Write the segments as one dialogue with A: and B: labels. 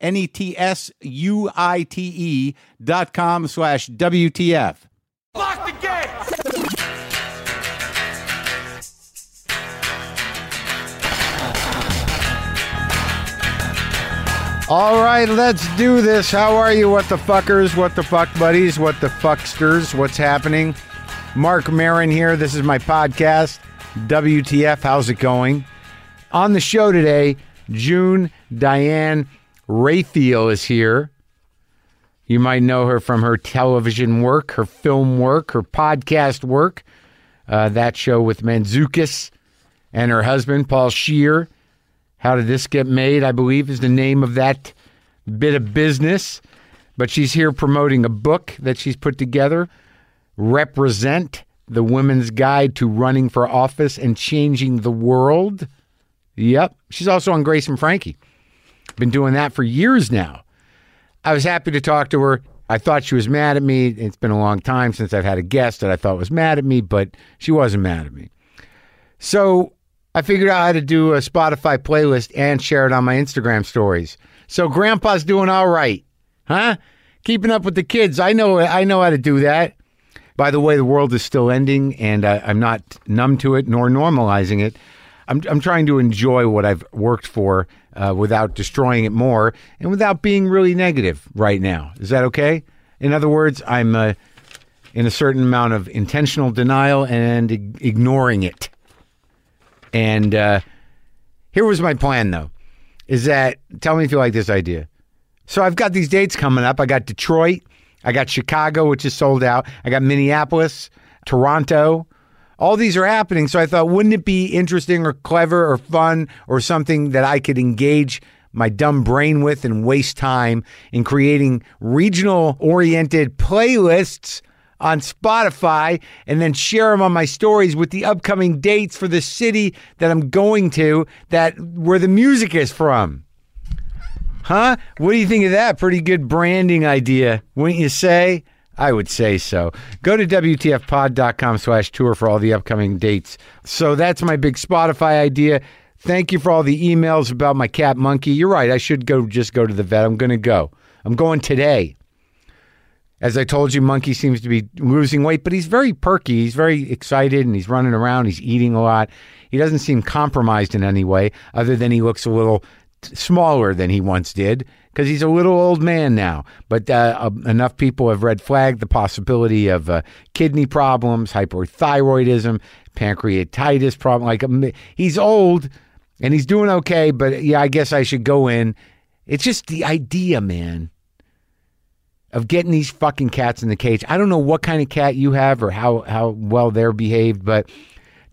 A: N E T S U I T E dot com slash WTF.
B: Lock the gate!
A: All right, let's do this. How are you, what the fuckers, what the fuck buddies, what the fucksters, what's happening? Mark Marin here. This is my podcast, WTF. How's it going? On the show today, June Diane Raphael is here. You might know her from her television work, her film work, her podcast work. Uh, that show with Manzukis and her husband, Paul Shear. How Did This Get Made, I believe, is the name of that bit of business. But she's here promoting a book that she's put together Represent the Women's Guide to Running for Office and Changing the World. Yep. She's also on Grace and Frankie. Been doing that for years now. I was happy to talk to her. I thought she was mad at me. It's been a long time since I've had a guest that I thought was mad at me, but she wasn't mad at me. So I figured out how to do a Spotify playlist and share it on my Instagram stories. So grandpa's doing all right. Huh? Keeping up with the kids. I know I know how to do that. By the way, the world is still ending and I, I'm not numb to it nor normalizing it. I'm, I'm trying to enjoy what I've worked for uh, without destroying it more and without being really negative right now. Is that okay? In other words, I'm uh, in a certain amount of intentional denial and ig- ignoring it. And uh, here was my plan, though, is that tell me if you like this idea. So I've got these dates coming up. I got Detroit, I got Chicago, which is sold out. I got Minneapolis, Toronto. All these are happening. So I thought, wouldn't it be interesting or clever or fun or something that I could engage my dumb brain with and waste time in creating regional oriented playlists on Spotify and then share them on my stories with the upcoming dates for the city that I'm going to that where the music is from. Huh? What do you think of that? Pretty good branding idea, wouldn't you say? I would say so. Go to WTFpod.com slash tour for all the upcoming dates. So that's my big Spotify idea. Thank you for all the emails about my cat monkey. You're right. I should go just go to the vet. I'm going to go. I'm going today. As I told you, Monkey seems to be losing weight, but he's very perky. He's very excited and he's running around. He's eating a lot. He doesn't seem compromised in any way, other than he looks a little t- smaller than he once did because he's a little old man now. But uh, uh, enough people have red flagged the possibility of uh, kidney problems, hyperthyroidism, pancreatitis problem. Like um, he's old and he's doing okay, but yeah, I guess I should go in. It's just the idea, man of getting these fucking cats in the cage. I don't know what kind of cat you have or how how well they're behaved, but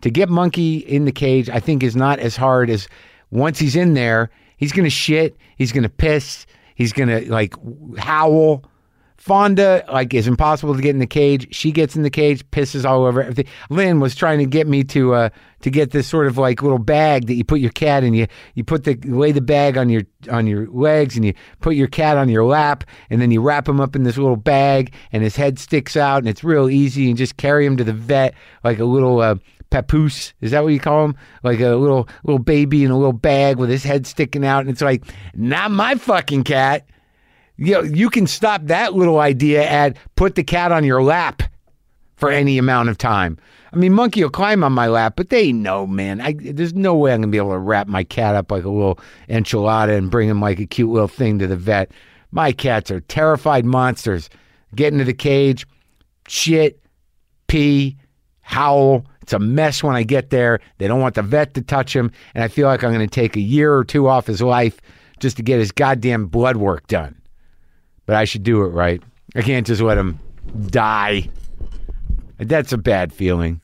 A: to get monkey in the cage, I think is not as hard as once he's in there, he's gonna shit, he's gonna piss, he's gonna like howl. Fonda like is impossible to get in the cage. She gets in the cage, pisses all over everything. Lynn was trying to get me to uh to get this sort of like little bag that you put your cat in. You you put the lay the bag on your on your legs and you put your cat on your lap and then you wrap him up in this little bag and his head sticks out and it's real easy and just carry him to the vet like a little uh papoose is that what you call him like a little little baby in a little bag with his head sticking out and it's like not my fucking cat you know, you can stop that little idea at put the cat on your lap for any amount of time. I mean, monkey will climb on my lap, but they know, man. I, there's no way I'm gonna be able to wrap my cat up like a little enchilada and bring him like a cute little thing to the vet. My cats are terrified monsters. Get into the cage, shit, pee, howl. It's a mess when I get there. They don't want the vet to touch him. And I feel like I'm going to take a year or two off his life just to get his goddamn blood work done. But I should do it right. I can't just let him die. That's a bad feeling.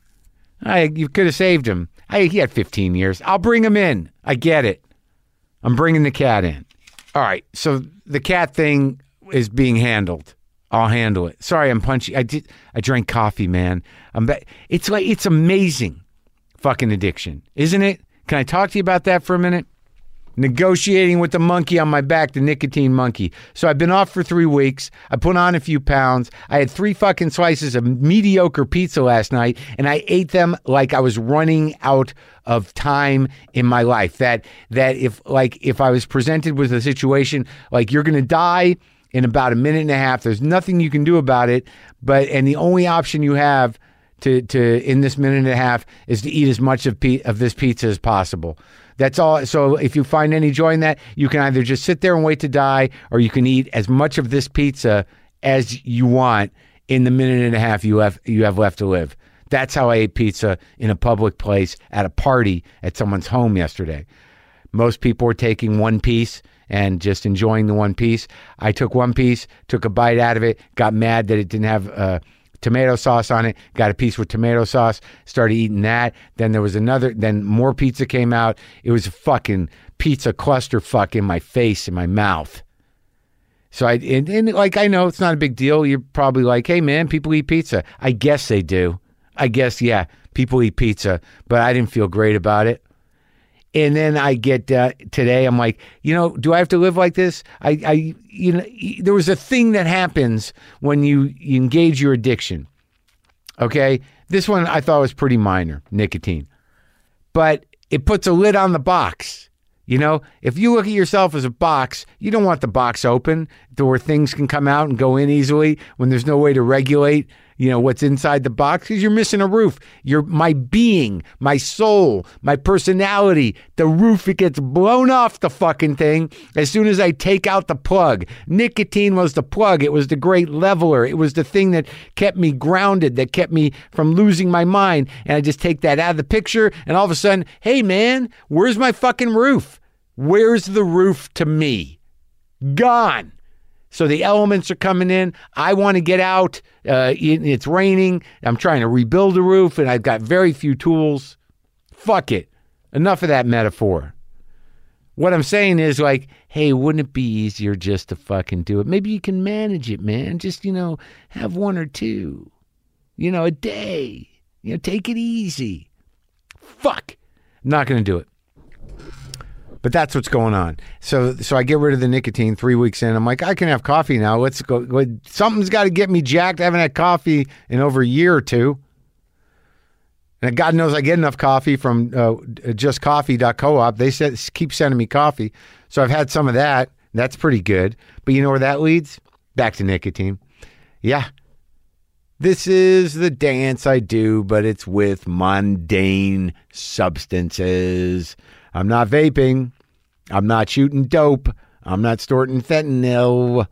A: I, you could have saved him. I, he had 15 years. I'll bring him in. I get it. I'm bringing the cat in. All right. So the cat thing is being handled. I'll handle it. Sorry, I'm punchy. I did. I drank coffee, man. I'm. Ba- it's like it's amazing, fucking addiction, isn't it? Can I talk to you about that for a minute? negotiating with the monkey on my back, the nicotine monkey. So I've been off for three weeks. I put on a few pounds. I had three fucking slices of mediocre pizza last night, and I ate them like I was running out of time in my life. That that if like if I was presented with a situation like you're gonna die in about a minute and a half, there's nothing you can do about it. But and the only option you have to to in this minute and a half is to eat as much of pe- of this pizza as possible. That's all. So if you find any joy in that, you can either just sit there and wait to die, or you can eat as much of this pizza as you want in the minute and a half you have you have left to live. That's how I ate pizza in a public place at a party at someone's home yesterday. Most people were taking one piece and just enjoying the one piece. I took one piece, took a bite out of it, got mad that it didn't have uh, tomato sauce on it, got a piece with tomato sauce, started eating that. Then there was another, then more pizza came out. It was a fucking pizza clusterfuck in my face, in my mouth. So I, and, and like, I know it's not a big deal. You're probably like, hey, man, people eat pizza. I guess they do. I guess, yeah, people eat pizza, but I didn't feel great about it. And then I get uh, today, I'm like, you know, do I have to live like this? I, I, you know, y- there was a thing that happens when you, you engage your addiction. Okay. This one I thought was pretty minor nicotine, but it puts a lid on the box. You know, if you look at yourself as a box, you don't want the box open to where things can come out and go in easily when there's no way to regulate, you know, what's inside the box because you're missing a roof. Your my being, my soul, my personality, the roof it gets blown off the fucking thing as soon as I take out the plug. Nicotine was the plug. It was the great leveler. It was the thing that kept me grounded, that kept me from losing my mind. And I just take that out of the picture and all of a sudden, hey man, where's my fucking roof? Where's the roof to me? Gone. So the elements are coming in. I want to get out. Uh, it- it's raining. I'm trying to rebuild the roof, and I've got very few tools. Fuck it. Enough of that metaphor. What I'm saying is like, hey, wouldn't it be easier just to fucking do it? Maybe you can manage it, man. Just you know, have one or two, you know, a day. You know, take it easy. Fuck. Not gonna do it. But that's what's going on. So so I get rid of the nicotine three weeks in. I'm like, I can have coffee now. Let's go. go- Something's got to get me jacked. I haven't had coffee in over a year or two. And God knows I get enough coffee from uh, justcoffee.coop. They said, keep sending me coffee. So I've had some of that. That's pretty good. But you know where that leads? Back to nicotine. Yeah. This is the dance I do, but it's with mundane substances. I'm not vaping. I'm not shooting dope. I'm not snorting fentanyl.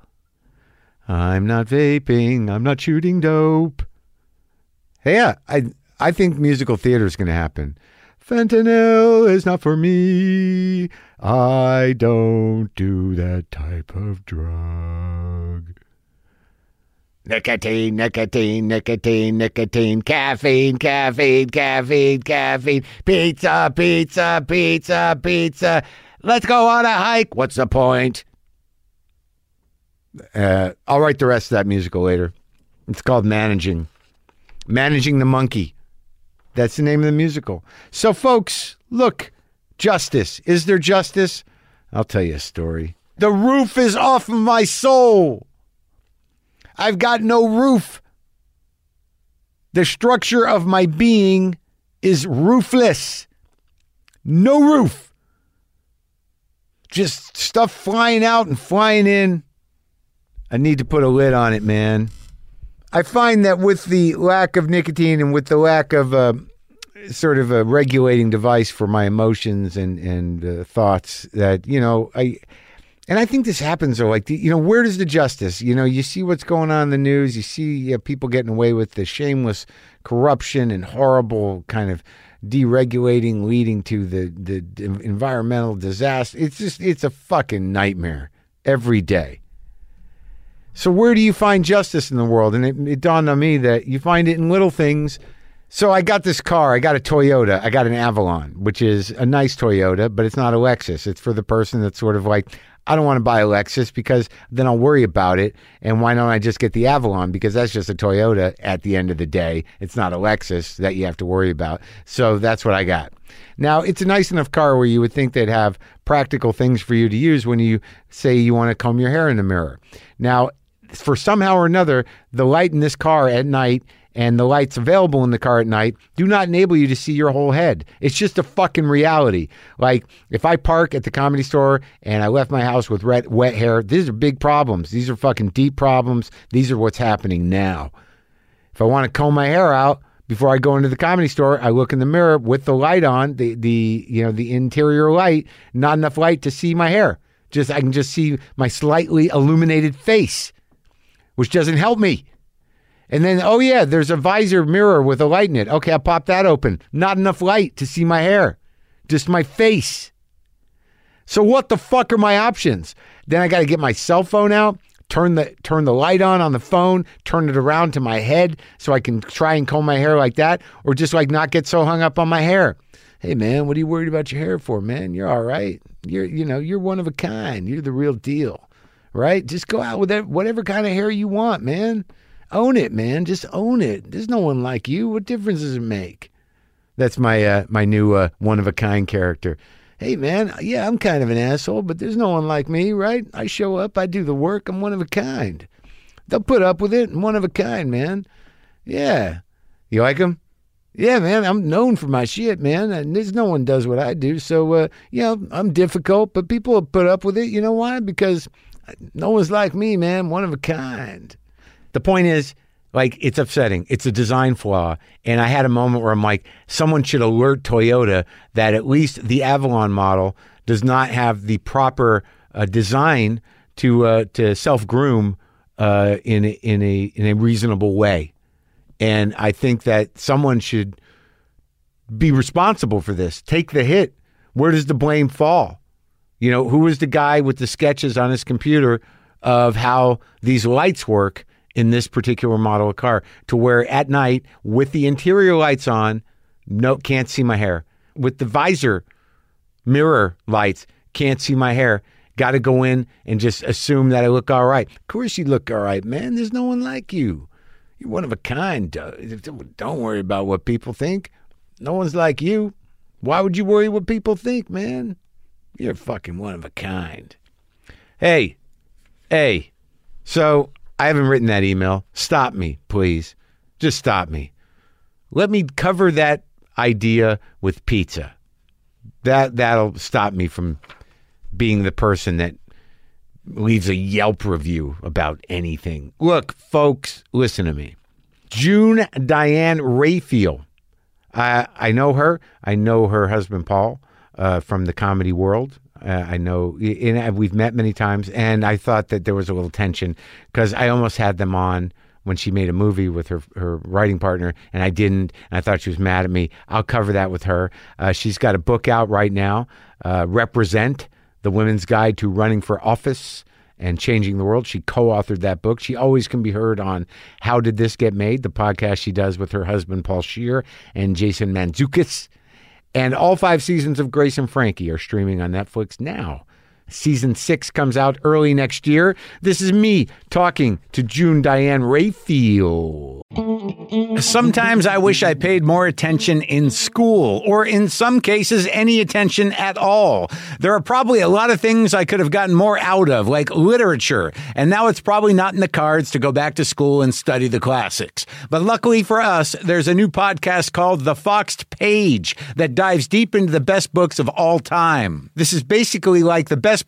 A: I'm not vaping. I'm not shooting dope. Hey, yeah, I I think musical theater is going to happen. Fentanyl is not for me. I don't do that type of drug. Nicotine, nicotine, nicotine, nicotine, caffeine, caffeine, caffeine, caffeine, pizza, pizza, pizza, pizza. Let's go on a hike. What's the point? Uh, I'll write the rest of that musical later. It's called Managing. Managing the Monkey. That's the name of the musical. So, folks, look, justice. Is there justice? I'll tell you a story. The roof is off of my soul. I've got no roof. The structure of my being is roofless. No roof. Just stuff flying out and flying in. I need to put a lid on it, man. I find that with the lack of nicotine and with the lack of uh, sort of a regulating device for my emotions and and uh, thoughts, that you know, I And I think this happens though. Like, the, you know, where does the justice? You know, you see what's going on in the news. You see uh, people getting away with the shameless corruption and horrible kind of deregulating, leading to the the d- environmental disaster. It's just it's a fucking nightmare every day. So where do you find justice in the world? And it, it dawned on me that you find it in little things. So I got this car. I got a Toyota. I got an Avalon, which is a nice Toyota, but it's not a Lexus. It's for the person that's sort of like, I don't want to buy a Lexus because then I'll worry about it. And why don't I just get the Avalon? Because that's just a Toyota at the end of the day. It's not a Lexus that you have to worry about. So that's what I got. Now, it's a nice enough car where you would think they'd have practical things for you to use when you say you want to comb your hair in the mirror. Now, for somehow or another, the light in this car at night and the lights available in the car at night do not enable you to see your whole head. It's just a fucking reality. Like if I park at the comedy store and I left my house with red, wet hair, these are big problems. These are fucking deep problems. These are what's happening now. If I want to comb my hair out before I go into the comedy store, I look in the mirror with the light on, the the you know the interior light, not enough light to see my hair. Just I can just see my slightly illuminated face, which doesn't help me. And then, oh yeah, there's a visor mirror with a light in it. Okay, I'll pop that open. Not enough light to see my hair, just my face. So what the fuck are my options? Then I got to get my cell phone out, turn the turn the light on on the phone, turn it around to my head so I can try and comb my hair like that, or just like not get so hung up on my hair. Hey man, what are you worried about your hair for, man? You're all right. You're you know you're one of a kind. You're the real deal, right? Just go out with that- whatever kind of hair you want, man. Own it, man. Just own it. There's no one like you. What difference does it make? That's my uh, my new uh, one of a kind character. Hey man, yeah, I'm kind of an asshole, but there's no one like me, right? I show up, I do the work, I'm one of a kind. They'll put up with it, I'm one of a kind, man. Yeah, you like him? Yeah, man, I'm known for my shit, man. And there's no one does what I do, so uh, you know I'm difficult, but people will put up with it. You know why? Because no one's like me, man. One of a kind. The point is, like, it's upsetting. It's a design flaw. And I had a moment where I'm like, someone should alert Toyota that at least the Avalon model does not have the proper uh, design to uh, to self groom uh, in a, in a in a reasonable way. And I think that someone should be responsible for this. Take the hit. Where does the blame fall? You know, who was the guy with the sketches on his computer of how these lights work in this particular model of car to where at night with the interior lights on, no can't see my hair. With the visor mirror lights, can't see my hair. Got to go in and just assume that I look all right. Of course you look all right, man. There's no one like you. You're one of a kind. Doug. Don't worry about what people think. No one's like you. Why would you worry what people think, man? You're fucking one of a kind. Hey, hey. So I haven't written that email. Stop me, please. Just stop me. Let me cover that idea with pizza. That that'll stop me from being the person that leaves a Yelp review about anything. Look, folks, listen to me. June Diane Raphael I I know her. I know her husband Paul uh, from the comedy world. Uh, I know, and I- we've met many times. And I thought that there was a little tension because I almost had them on when she made a movie with her her writing partner, and I didn't. And I thought she was mad at me. I'll cover that with her. Uh, she's got a book out right now. Uh, Represent the Women's Guide to Running for Office and changing the world. She co-authored that book. She always can be heard on How Did This Get Made, the podcast she does with her husband Paul Shear and Jason Manzukis. And all five seasons of Grace and Frankie are streaming on Netflix now. Season six comes out early next year. This is me talking to June Diane Rayfield. Sometimes I wish I paid more attention in school, or in some cases, any attention at all. There are probably a lot of things I could have gotten more out of, like literature, and now it's probably not in the cards to go back to school and study the classics. But luckily for us, there's a new podcast called The Foxed Page that dives deep into the best books of all time. This is basically like the best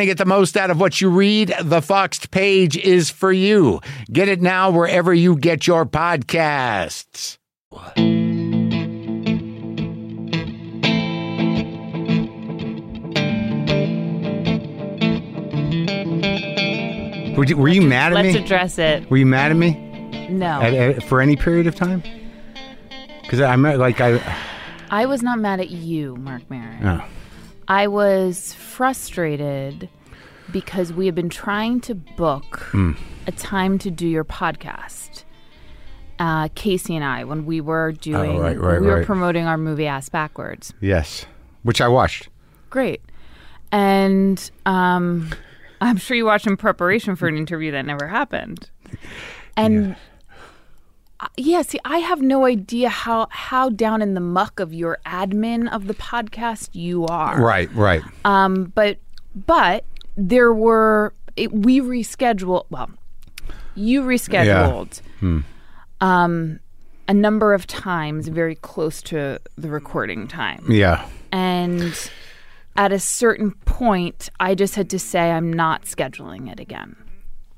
A: to get the most out of what you read? The Foxed page is for you. Get it now wherever you get your podcasts. Were you, were you mad at
B: Let's
A: me?
B: address Oh. it.
A: Were you mad at me at,
B: No,
A: at, for any period of time? Because I'm not- like I.
B: I was not mad at you, Mark Maron.
A: Oh.
B: I was frustrated because we have been trying to book
A: Mm.
B: a time to do your podcast. Uh, Casey and I, when we were doing,
A: Oh, right, right,
B: we were
A: right.
B: promoting our movie Ass Backwards.
A: Yes, which I watched.
B: Great, and um, I'm sure you watched in preparation for an interview that never happened. And yeah see i have no idea how how down in the muck of your admin of the podcast you are
A: Right, right.
B: um but but there were it, we rescheduled well you rescheduled um a number of times very close to the recording time
A: yeah.
B: and at a certain point i just had to say i'm not scheduling it again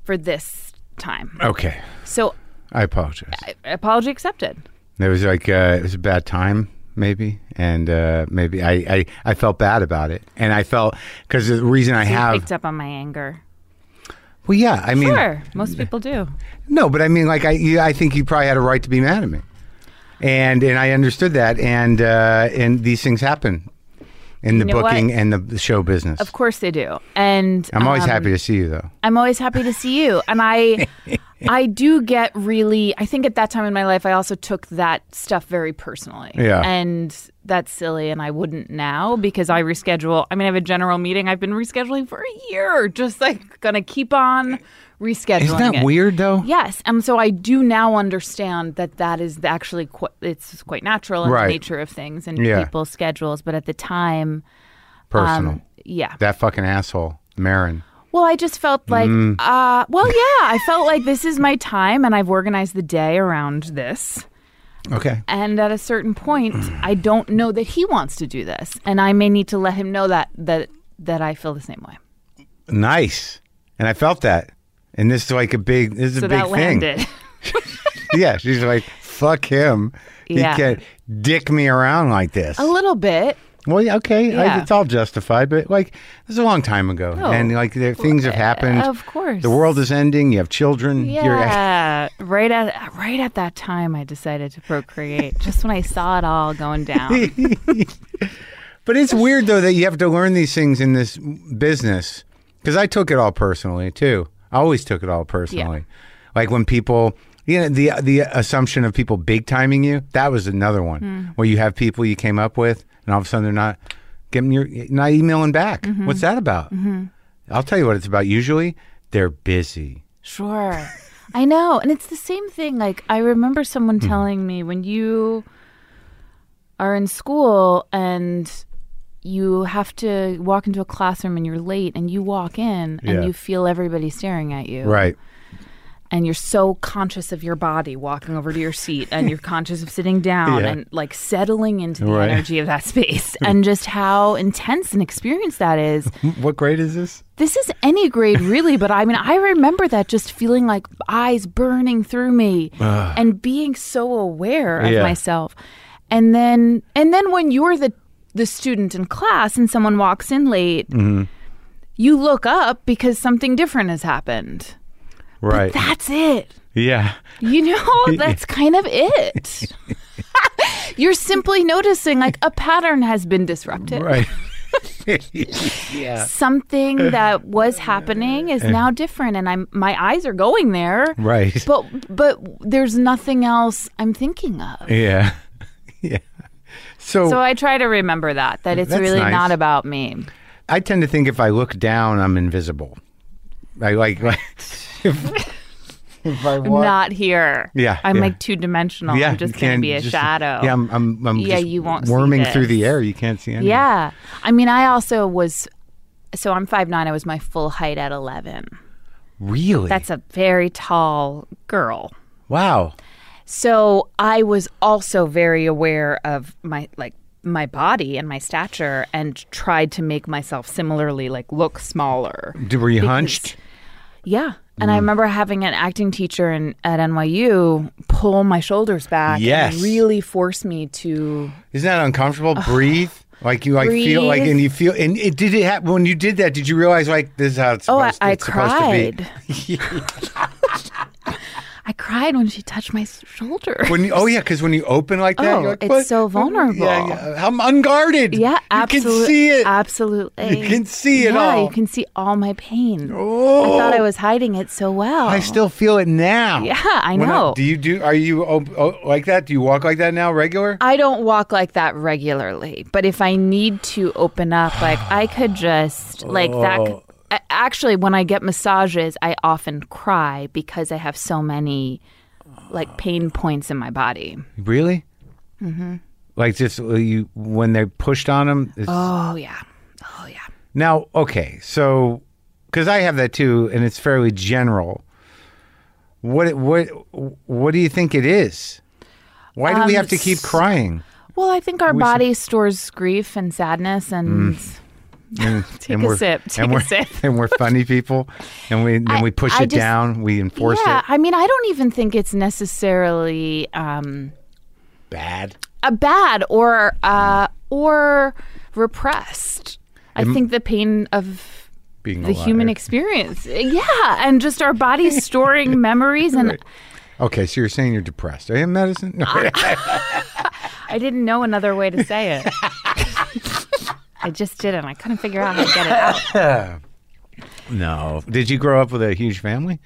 B: for this time
A: Okay.
B: so
A: I apologize.
B: apology accepted
A: It was like uh, it was a bad time, maybe, and uh, maybe I, I I felt bad about it, and I felt because the reason I
B: You
A: have
B: picked up on my anger.
A: well, yeah, I mean,
B: Sure, most people do.
A: no, but I mean, like I you, I think you probably had a right to be mad at me, and and I understood that, and uh, and these things happen in the
B: know what?
A: booking and the, the show business.
B: Of course they do. And
A: I'm always
B: um,
A: happy to see you, though.
B: I'm always happy to see you. And I I do get really I think at that time in my life I also took that stuff very personally.
A: Yeah.
B: And that's silly and I wouldn't now because I reschedule. I mean I have a general meeting I've been rescheduling for a year, just like gonna keep on rescheduling.
A: Isn't that
B: it.
A: weird, though?
B: Yes, and so I do now understand that that is the- actually qu- it's quite natural in
A: Right.
B: the nature of things and
A: Yeah.
B: people's schedules. But at the time,
A: Personal.
B: um, yeah.
A: that fucking asshole, Marin.
B: Well, I just felt like,
A: Mm.
B: uh, well, yeah, I felt like this is my time, and I've organized the day around this.
A: Okay.
B: And at a certain point, I don't know that he wants to do this, and I may need to let him know that that that I feel the same way.
A: Nice. And I felt that. And this is like a big this is
B: So
A: a big
B: that
A: thing.
B: landed.
A: yeah, she's like, fuck him.
B: Yeah.
A: He can't dick me around like this.
B: a little bit.
A: well, yeah, okay, I,
B: Yeah. Oh,
A: it's all justified, but like, this is a long time ago. And like, there, things have happened.
B: eh, Of course.
A: The world is ending. You have children. You're,
B: Yeah, right at right at that time, I decided to procreate. just when I saw it all going down.
A: but it's weird, though, that you have to learn these things in this business because I took it all personally, too. I always took it all personally. Like, when people. You know, the the assumption of people big timing you that was another one where you have people you came up with and all of a sudden they're not getting your not emailing back. What's that about? I'll tell you what it's about. Usually they're busy.
B: Sure, I know, and it's the same thing. Like I remember someone
A: Mm-hmm.
B: telling me when you are in school and you have to walk into a classroom and you're late and you walk in
A: Yeah.
B: and you feel everybody staring at you
A: Right.
B: and you're so conscious of your body walking over to your seat and you're conscious of sitting down
A: Yeah.
B: and like settling into the
A: Right.
B: energy of that space and just how intense an experience that is.
A: Mm, What grade is this?
B: This is any grade really, but I mean I remember that just feeling like eyes burning through me and being so aware of
A: Yeah.
B: myself. And then and then when you're the the student in class and someone walks in late,
A: Mm-hmm.
B: you look up because something different has happened.
A: Right.
B: That's it.
A: yeah.
B: You know, that's kind of it. You're simply noticing like a pattern has been disrupted.
A: Right.
B: Something that was happening is now different and I'm my eyes are going there.
A: Eh. Right.
B: But but there's nothing else I'm thinking of.
A: yeah. Yeah. So,
B: So I try to remember that that it's
A: Oh. That's
B: really
A: nice.
B: not about me.
A: I tend to think if I look down, I'm invisible. I like, like if, if I
B: I'm
A: want.
B: not here.
A: Yeah,
B: I'm
A: yeah.
B: like two dimensional. I'm just
A: you
B: gonna
A: can't
B: be a
A: just-
B: shadow.
A: Yeah, I'm. I'm, I'm
B: Yeah,
A: just
B: you won't see
A: worming through
B: this.
A: the air. You can't see anything.
B: Yeah. I mean, I also was. So I'm five nine. I was my full height at eleven.
A: really.
B: That's a very tall girl.
A: wow.
B: So I was also very aware of my like my body and my stature and tried to make myself similarly like look smaller.
A: D- Were you hunched? Mm.
B: Yeah. And I remember having an acting teacher in, at NYU pull my shoulders back
A: Yes.
B: and really force me to
A: Isn't that uncomfortable? Breathe. Like you, like feel like,
B: Breathe.
A: and you feel, and it did it happen when you did that. Did you realize like this is how it's
B: Oh, I,
A: supposed,
B: I
A: it's supposed to
B: cried.
A: be?
B: I cried when she touched my s- shoulder.
A: When you, oh yeah, because when you open like that,
B: Oh,
A: you're like,
B: it's
A: "What?"
B: so vulnerable.
A: Yeah, yeah. I'm unguarded.
B: yeah,
A: You
B: absolutely.
A: can see it.
B: Absolutely.
A: You can see it
B: yeah,
A: all.
B: you can see all my pain.
A: oh,
B: I thought I was hiding it so well.
A: I still feel it now.
B: Yeah, I
A: When
B: know.
A: do you do? Are you op- oh, like that? Do you walk like that now, regular?
B: I don't walk like that regularly, but if I need to open up, like I could just like that.
A: Oh.
B: could- a- Actually, when I get massages, I often cry because I have so many like pain points in my body.
A: Really? Mm-hmm. Like just uh, you when they pushed on them. It's,
B: Oh yeah, oh yeah.
A: Now, okay, so because I have that too, and it's fairly general. What what what do you think it is? Why do we
B: Um,
A: have to keep crying?
B: Well, I think our body stores grief and sadness, and
A: Mm, And,
B: Take a sip, take
A: and
B: a
A: we're,
B: sip.
A: And we're funny people, and we and
B: I-
A: we push
B: I
A: it
B: just-
A: down. We enforce
B: yeah.
A: it.
B: I mean, I don't even think it's necessarily. Um,
A: Bad.
B: uh, bad or uh, or repressed. I think the pain of
A: Being
B: the human experience, yeah, and just our bodies storing memories. And
A: Okay, so you're saying you're depressed. Are you in medicine? No.
B: I didn't know another way to say it. I just didn't. I couldn't figure out how to get it out.
A: no. Did you grow up with a huge family?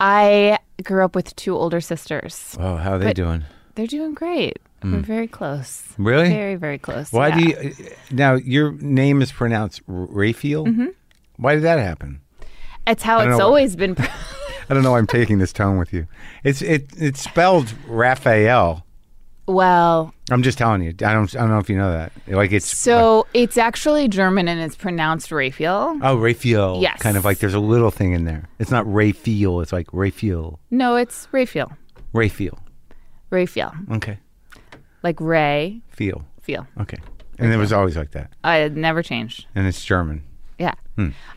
B: I grew up with two older sisters.
A: Oh, how are they doing?
B: They're doing great. We're very close.
A: Hmm. Really?
B: Very, very close.
A: Why
B: yeah. Mm-hmm.
A: do you uh, now? Your name is pronounced R- Raphael. Why did that happen?
B: It's how
A: don't
B: it's
A: know.
B: always been.
A: I don't know. why I'm taking this tone with you. It's it it's spelled Raphael.
B: well,
A: I'm just telling you. I don't I don't know if you know that. Like it's
B: so it's actually German and it's pronounced Raphael.
A: oh Raphael.
B: Yes.
A: Kind of like there's a little thing in there. It's not Raphael. It's like Raphael.
B: No, it's Raphael.
A: Raphael.
B: Raphael.
A: Okay.
B: Like Ray
A: Feel.
B: feel.
A: Okay. And it was always like that.
B: I had never changed.
A: And it's German.
B: Yeah.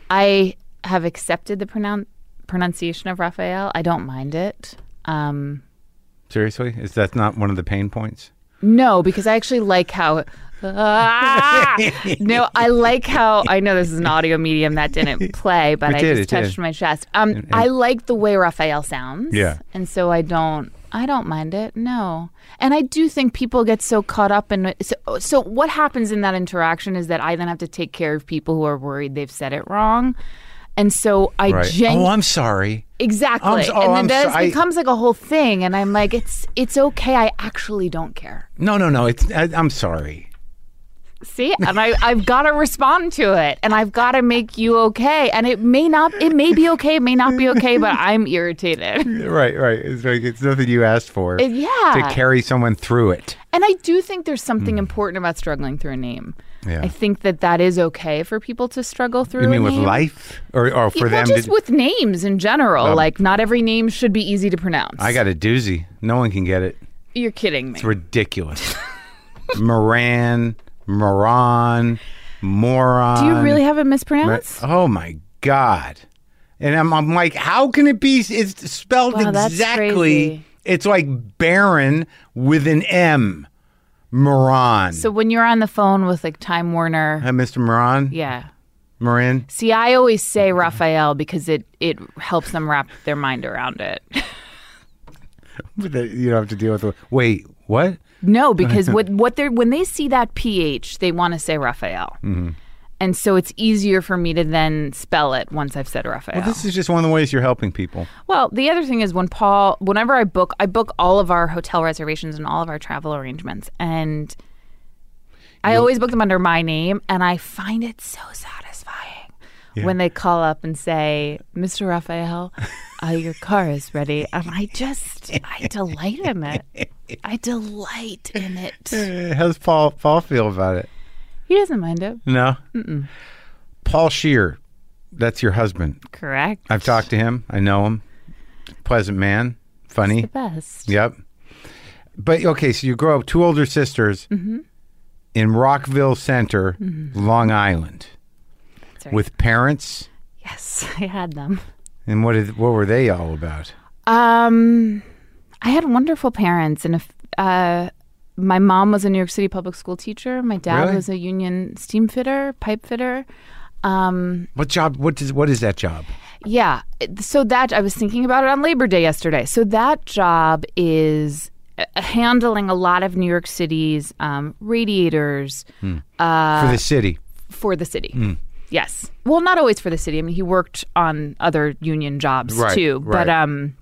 B: I have accepted the pronoun- pronunciation of Raphael. I don't mind it. Um,
A: Seriously, is that not one of the pain points?
B: no, because I actually like how. Ah! no, I like how I know this is an audio medium that didn't play, but
A: It
B: I
A: did,
B: just
A: it did.
B: touched my chest. Um, I like the way Raphael sounds.
A: Yeah.
B: and so I don't. I don't mind it. No, and I do think people get so caught up in. it- So, so what happens in that interaction is that I then have to take care of people who are worried they've said it wrong. And so I
A: Right.
B: gen-
A: oh, I'm sorry.
B: exactly,
A: I'm so- oh,
B: and then
A: I'm
B: that
A: so- I-
B: becomes like a whole thing. And I'm like, it's it's okay. I actually don't care.
A: No, no, no. It's I, I'm sorry.
B: See, and I, I've got to respond to it, and I've got to make you okay. And it may not, it may be okay, it may not be okay, but I'm irritated.
A: Right, right. It's like it's nothing you asked for.
B: It- yeah.
A: To carry someone through it.
B: And I do think there's something important about struggling through a name.
A: Hmm. Yeah.
B: I think that that is okay for people to struggle through.
A: You mean
B: a
A: with
B: name.
A: life, or or for
B: Well,
A: them?
B: just
A: to,
B: with names in general. like, not every name should be easy to pronounce.
A: I got a doozy. No one can get it.
B: You're kidding me.
A: It's ridiculous. Moran, Moran, moron.
B: Do you really have it mispronounced?
A: Oh my god! And I'm, I'm like, how can it be? It's spelled
B: Wow, that's
A: exactly.
B: crazy.
A: It's like Baron with an M, Moran.
B: So when you're on the phone with like Time Warner,
A: Hi, Mr. Moran,
B: yeah.
A: Moran.
B: See, I always say Raphael because it it helps them wrap their mind around it.
A: But that- You don't have to deal with. the- Wait, what?
B: No, because what what they when they see that ph, they want to say Raphael, and so it's easier for me to then spell it once I've said Raphael. Well,
A: This is just one of the ways you're helping people.
B: the other thing is when Paul, whenever I book, I book all of our hotel reservations and all of our travel arrangements, and I always book them under my name, and I find it so satisfying when they call up and say, Mr. Raphael, uh, your car is ready. And I just, I delight in it. I delight in it.
A: Uh, How's Paul Paul feel about it?
B: He doesn't mind it.
A: No. Paul Shear, that's your husband.
B: Correct.
A: I've talked to him. I know him. Pleasant man. Funny.
B: the best.
A: Yep. But okay, so you grow up two older sisters
B: Mm-hmm.
A: in Rockville Center, Long Island,
B: right.
A: with parents.
B: Yes, I had them.
A: And what did, what were they all about?
B: Um, I had wonderful parents, and if uh, my mom was a New York City public school teacher, my dad
A: Really?
B: was a union steam fitter, pipe fitter. Um,
A: What job? What does what is that job?
B: yeah, it- so that I was thinking about it on Labor Day yesterday. So that job is uh, handling a lot of New York City's um, radiators
A: For
B: Uh,
A: the city.
B: for the city.
A: Hmm.
B: Yes. Well, not always for the city. I mean, he worked on other union jobs
A: Right,
B: too. But
A: right.
B: um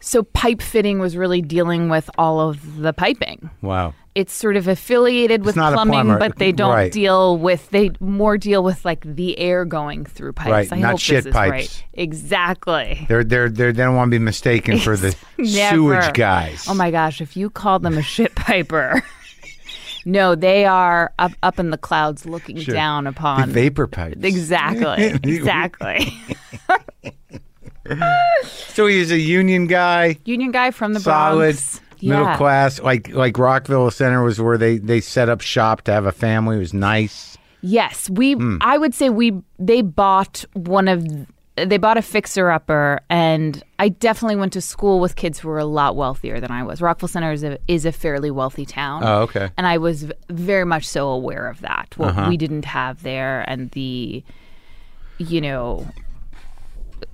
B: so pipe fitting was really dealing with all of the piping.
A: Wow.
B: It's sort of affiliated with
A: not a
B: plumbing,
A: plumber.
B: but they don't
A: Right.
B: deal with they more deal with like the air going through pipes.
A: Right,
B: I
A: not
B: hope
A: shit
B: this is
A: pipes.
B: right. Exactly.
A: They're they're, they're they don't want to be mistaken for the
B: Never.
A: sewage guys.
B: Oh my gosh, if you call them a shit piper. no, they are up up in the clouds looking down
A: The
B: upon
A: vapor pipes.
B: Exactly. Exactly.
A: So he's a union guy,
B: Union guy from the
A: solid,
B: Bronx.
A: middle
B: Yeah.
A: class. Like like Rockville Center was where they they set up shop to have a family. It was nice.
B: Yes, we.
A: Hmm.
B: I would say we. They bought one of. They bought a fixer upper, and I definitely went to school with kids who were a lot wealthier than I was. Rockville Center is a is a fairly wealthy town.
A: Oh, okay. Uh-huh.
B: And I was v- very much so aware of that. What we didn't have there, and the, you know,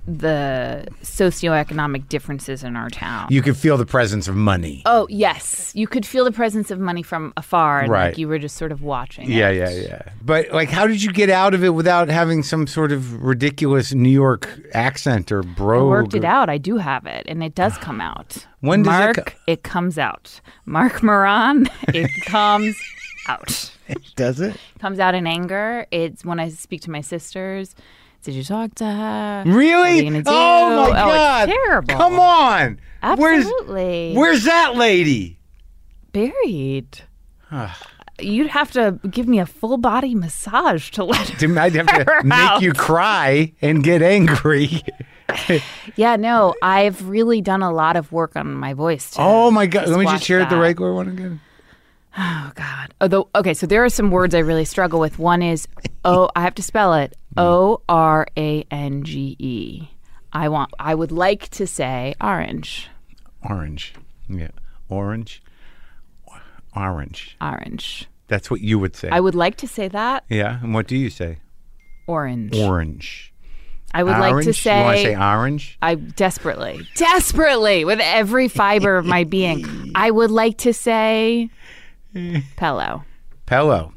B: the socioeconomic differences in our town.
A: You could feel the presence of money.
B: Oh yes, you could feel the presence of money from afar, and
A: Right.
B: like you were just sort of watching.
A: Yeah,
B: it.
A: yeah, yeah. But like, how did you get out of it without having some sort of ridiculous New York accent or brogue?
B: Worked it out. I do have it, and it does come out.
A: Oh, When does it
B: Mark,
A: co-
B: it comes out. Mark Moran, it comes out.
A: Does it
B: Comes out in anger. It's when I speak to my sisters. Did you talk to her?
A: really?
B: What are you gonna do?
A: Oh my
B: Oh,
A: god!
B: it's terrible.
A: Come on.
B: Absolutely.
A: Where's Where's that lady?
B: buried.
A: Ah.
B: You'd have to give me a full body massage to let her.
A: Didn't I have
B: Her
A: to make
B: house.
A: you cry and get angry?
B: Yeah, no, I've really done a lot of work on my voice. To
A: Oh my god! Let me just
B: watch
A: hear the
B: that.
A: regular one again.
B: Oh God. Oh, the, okay. So there are some words I really struggle with. One is oh, I have to spell it.
A: Mm-hmm.
B: O R A N G E. I want. I would like to say orange,
A: Orange. Yeah, orange. Orange.
B: orange.
A: That's what you would say.
B: I would like to say that
A: yeah. And what do you say?
B: orange.
A: Orange.
B: I would like
A: orange.
B: to
A: You want
B: say.
A: to say orange?
B: I desperately, desperately, with every fiber of my being, I would like to say pillow,
A: Pillow.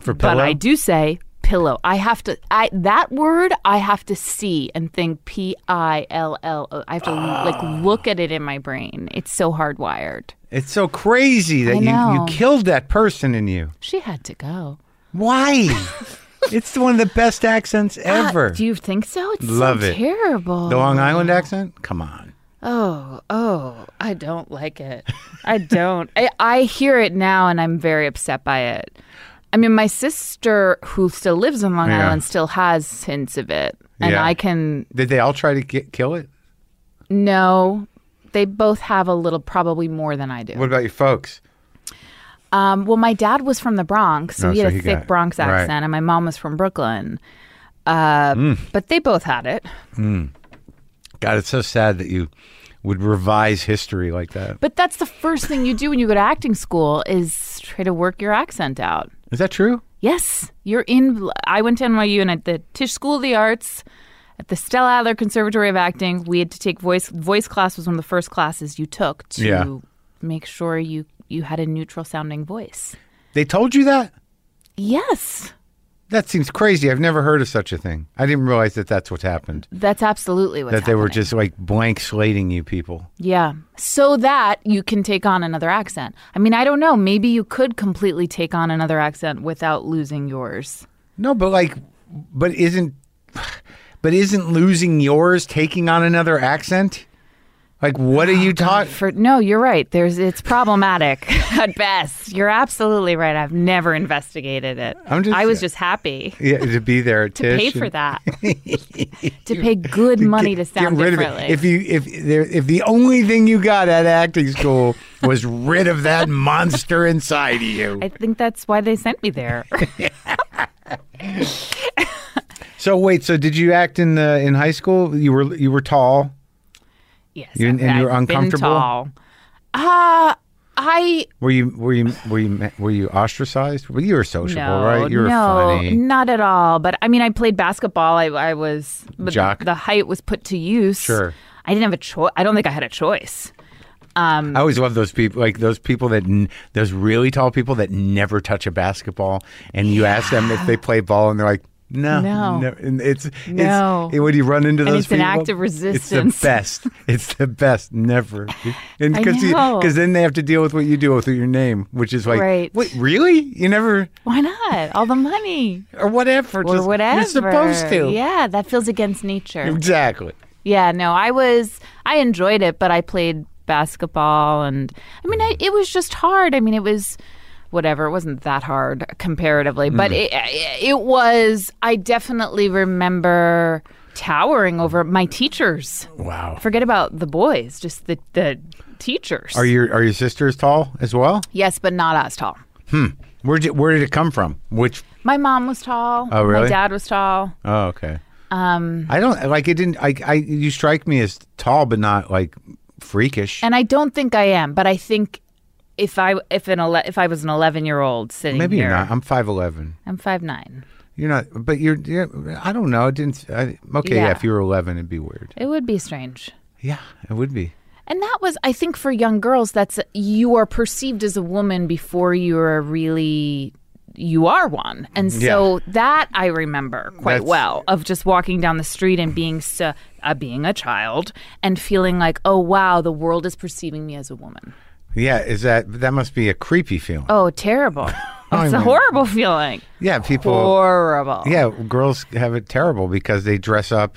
A: For pillow.
B: but I do say pillow. I have to. I that word I have to see and think P I L L O. I have to
A: Ah.
B: like look at it in my brain. It's so hardwired.
A: It's so crazy that you,
B: I
A: you
B: know.
A: killed that person in you.
B: She had to go.
A: Why? it's one of the best accents
B: Ah,
A: ever.
B: do you think so? It's so
A: Love it.
B: terrible.
A: the Long Island accent? Come on.
B: Oh, oh, I don't like it. I don't. I, I hear it now and I'm very upset by it. I mean, my sister, who still lives on Long
A: Yeah.
B: Island, still has hints of it. And
A: Yeah.
B: I can,
A: Did they all try to ki- kill it?
B: no, they both have a little, probably more than I do.
A: What about your folks?
B: Um, well, my dad was from the Bronx, so
A: Oh,
B: he
A: so
B: had
A: he
B: a thick
A: got-
B: Bronx
A: right. Mm.
B: accent, and my mom was from Brooklyn. Uh, But they both had it.
A: God, it's so sad that you would revise history like that.
B: But that's the first thing you do when you go to acting school is try to work your accent out.
A: Is that true?
B: Yes, you're in. I went to NYU and at the Tisch School of the Arts, at the Stella Adler Conservatory of Acting, we had to take voice. Voice class was one of the first classes you took to
A: Yeah.
B: make sure you you had a neutral sounding voice.
A: They told you that?
B: Yes,
A: That seems crazy. I've never heard of such a thing. I didn't realize that that's what happened.
B: that's absolutely what.
A: that they were just like blank slating you people.
B: yeah, so that you can take on another accent. I mean, I don't know. Maybe you could completely take on another accent without losing yours.
A: No, but like, but isn't, but isn't losing yours taking on another accent? Like, what are
B: Oh,
A: you taught?
B: For no, you're right. There's it's problematic at best. You're absolutely right. I've never investigated it.
A: I'm just-
B: I was just happy
A: Yeah, to be there
B: to pay for that. to pay good money to sound differently.
A: If you if there if the only thing you got at acting school was rid of that monster inside of you.
B: I think that's why they sent me there.
A: So wait, so did you act in the in high school? You were you were tall.
B: yes,
A: You- and you
B: I've
A: were
B: been
A: uncomfortable?
B: tall. Uh, I
A: Were you were you were you were you ostracized? Well, you were sociable,
B: no,
A: right? You were
B: no,
A: funny.
B: not at all. But I mean, I played basketball. I, I was but
A: Jock.
B: The height was put to use.
A: Sure.
B: I didn't have a choice. I don't think I had a choice.
A: I always love those people, like those people that n- those really tall people that never touch a basketball, and you ask them if they play ball, and they're like, "No,
B: No.
A: And it's it's
B: No.
A: and when you run into those
B: it's an
A: people,
B: act of
A: It's
B: resistance.
A: the best. It's the best. Never, and
B: I know.
A: because then they have to deal with what you deal with your name, which is like,
B: Right.
A: wait, really? You never
B: Why not? All the money
A: or whatever,
B: or
A: just,
B: whatever.
A: You're supposed to,
B: Yeah, that feels against nature.
A: exactly.
B: Yeah, no, I was I enjoyed it, but I played basketball and I mean, I, it was just hard. I mean, it was whatever. It wasn't that hard comparatively, but
A: Mm.
B: it it was I definitely remember towering over my teachers.
A: Wow.
B: Forget about the boys, just the the teachers.
A: Are your are your sisters tall as well?
B: yes, but not as tall.
A: Where did where did it come from? Which
B: My mom was tall.
A: Oh, really?
B: My dad was tall.
A: Oh, okay. Um, I don't like it. Didn't I? I you strike me as tall, but not like freakish.
B: and I don't think I am, but I think if I if an ele- if I was an eleven year old sitting
A: Maybe
B: here,
A: you're not. I'm five eleven.
B: I'm five nine.
A: You're not, but you're. you're I don't know. It didn't. I, okay, yeah.
B: Yeah.
A: If you were eleven, it'd be weird.
B: It would be strange.
A: Yeah, it would be.
B: And that was, I think, for young girls, that's you are perceived as a woman before you are really you are one, and so that I remember quite
A: Mm, That's-
B: well of just walking down the street and being so, uh, being a child and feeling like, oh wow, the world is perceiving me as a woman.
A: Yeah, is that that must be a creepy feeling?
B: Oh, terrible! it's a
A: mean-
B: horrible feeling.
A: yeah, people.
B: Horrible.
A: Yeah, girls have it terrible because they dress up,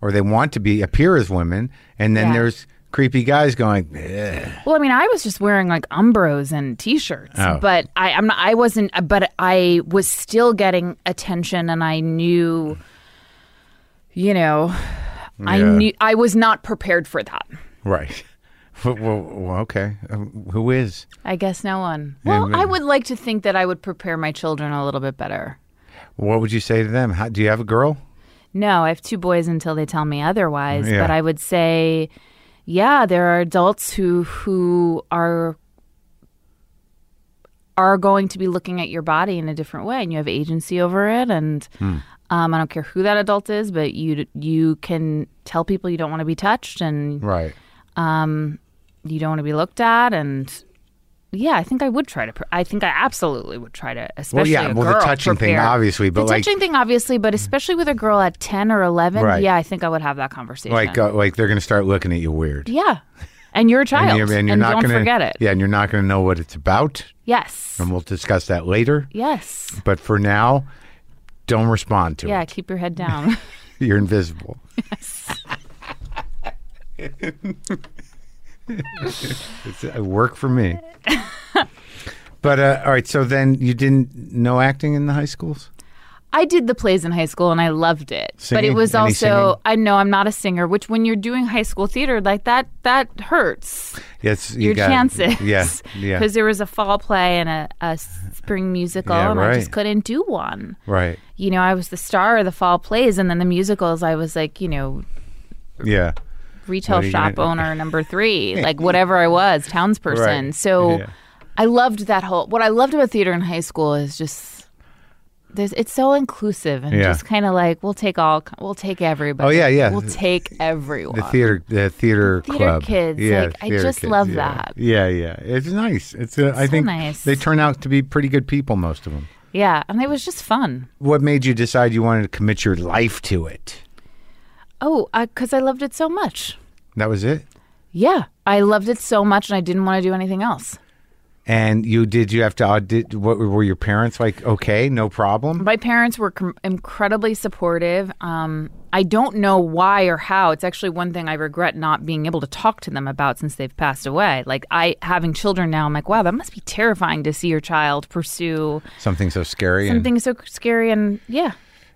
A: or they want to be appear as women, and then
B: Yeah.
A: there's creepy guys going. "Eh."
B: Well, I mean, I was just wearing like Umbros and T-shirts,
A: Oh.
B: but I, I'm not. I wasn't. But I was still getting attention, and I knew, you know, I
A: Yeah.
B: knew I was not prepared for that.
A: Right. Well, well, okay. Um, Who is?
B: I guess no one.
A: Yeah,
B: Well,
A: but-
B: I would like to think that I would prepare my children a little bit better.
A: What would you say to them? How, do you have a girl?
B: No, I have two boys until they tell me otherwise.
A: Yeah.
B: But I would say, yeah, there are adults who who are are going to be looking at your body in a different way, and you have agency over it. And
A: Hmm.
B: um, I don't care who that adult is, but you you can tell people you don't want to be touched, and
A: Right.
B: you don't want to be looked at, and yeah, I think I would try to. Pr- I think I absolutely would try to, especially
A: yeah,
B: a
A: well, the
B: girl,
A: touching thing,
B: prepare.
A: obviously, but,
B: the
A: like-
B: touching thing, obviously, but especially with a girl at ten or eleven,
A: Right.
B: yeah, I think I would have that conversation.
A: Like uh, like they're going to start looking at you weird.
B: yeah, and you're a child,
A: And you're, and you're not
B: don't
A: gonna,
B: forget it.
A: Yeah, and you're not going to know what it's about,
B: Yes,
A: and we'll discuss that later.
B: yes,
A: But for now, don't respond to
B: yeah.
A: it.
B: Keep your head down.
A: You're invisible. it's, it worked for me. but uh, all right, so then you didn't know acting in the high schools?
B: I did the plays in high school and I loved it, but
A: Singing?
B: it was
A: Any singing?
B: also I know I'm not a singer, which when you're doing high school theater like that, that hurts.
A: Yes, you
B: your
A: got-
B: chances.
A: Yeah, yeah.
B: Because there was a fall play and a, a spring musical,
A: Yeah,
B: and I
A: right.
B: just couldn't do one.
A: Right.
B: You know, I was the star of the fall plays, and then the musicals, I was like, you know,
A: Yeah.
B: retail
A: What are you
B: shop
A: gonna-
B: owner number three, like whatever I was, townsperson.
A: Right.
B: So
A: Yeah.
B: I loved that whole. What I loved about theater in high school is just. There's, it's so inclusive and
A: Yeah.
B: just kind of like we'll take all we'll take everybody.
A: Oh, yeah, yeah.
B: We'll take everyone.
A: The theater, the theater,
B: Theater
A: club.
B: kids, like, I just love
A: yeah.
B: that.
A: Yeah, yeah, it's nice. It's, uh, I
B: So
A: think
B: nice.
A: they turn out to be pretty good people, most of them.
B: yeah, and it was just fun.
A: What made you decide you wanted to commit your life to it?
B: Oh, because I loved it so much.
A: That was it.
B: Yeah, I loved it so much, and I didn't want to do anything else.
A: And you did you have to audit? What were your parents like? Okay, no problem.
B: My parents were com- incredibly supportive. Um, I don't know why or how. It's actually one thing I regret not being able to talk to them about since they've passed away. Like I having children now, I'm like, wow, that must be terrifying to see your child pursue
A: Something so scary and,
B: something so scary. And yeah,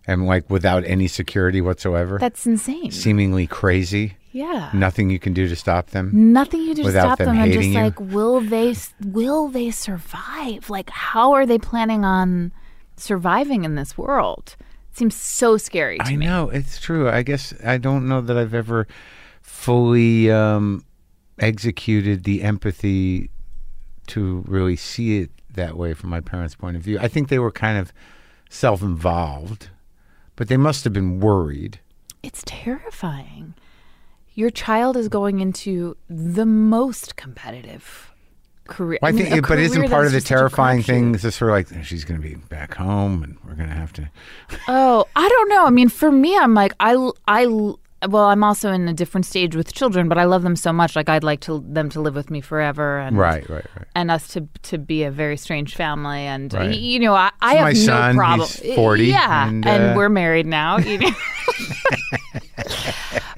A: and like without any security whatsoever,
B: that's insane.
A: seemingly crazy.
B: Yeah.
A: Nothing you can do to stop them.
B: Nothing you do to
A: Without
B: stop
A: them
B: them. I'm just
A: hating you.
B: like, will they? Will they survive? Like, how are they planning on surviving in this world? seems so scary to
A: I
B: me.
A: know it's true. I guess I don't know that I've ever fully um, executed the empathy to really see it that way from my parents' point of view. I think they were kind of self-involved, but they must have been worried.
B: It's terrifying. Your child is going into the most competitive career.
A: Well, I
B: mean,
A: think,
B: a
A: it, but
B: career
A: isn't part of the
B: that's just such a
A: terrifying
B: crapshoot.
A: thing is this? We're like, "Oh, she's going to be back home, and we're going to have to.
B: Oh, I don't know. I mean, for me, I'm like, I, I, well, I'm also in a different stage with children, but I love them so much. Like, I'd like to them to live with me forever, and
A: Right, right, right.
B: and us to to be a very strange family. And
A: Right.
B: y- you know, I, I have
A: my son.
B: no problem.
A: He's 40,
B: yeah,
A: and,
B: and,
A: uh,
B: we're married now. you know.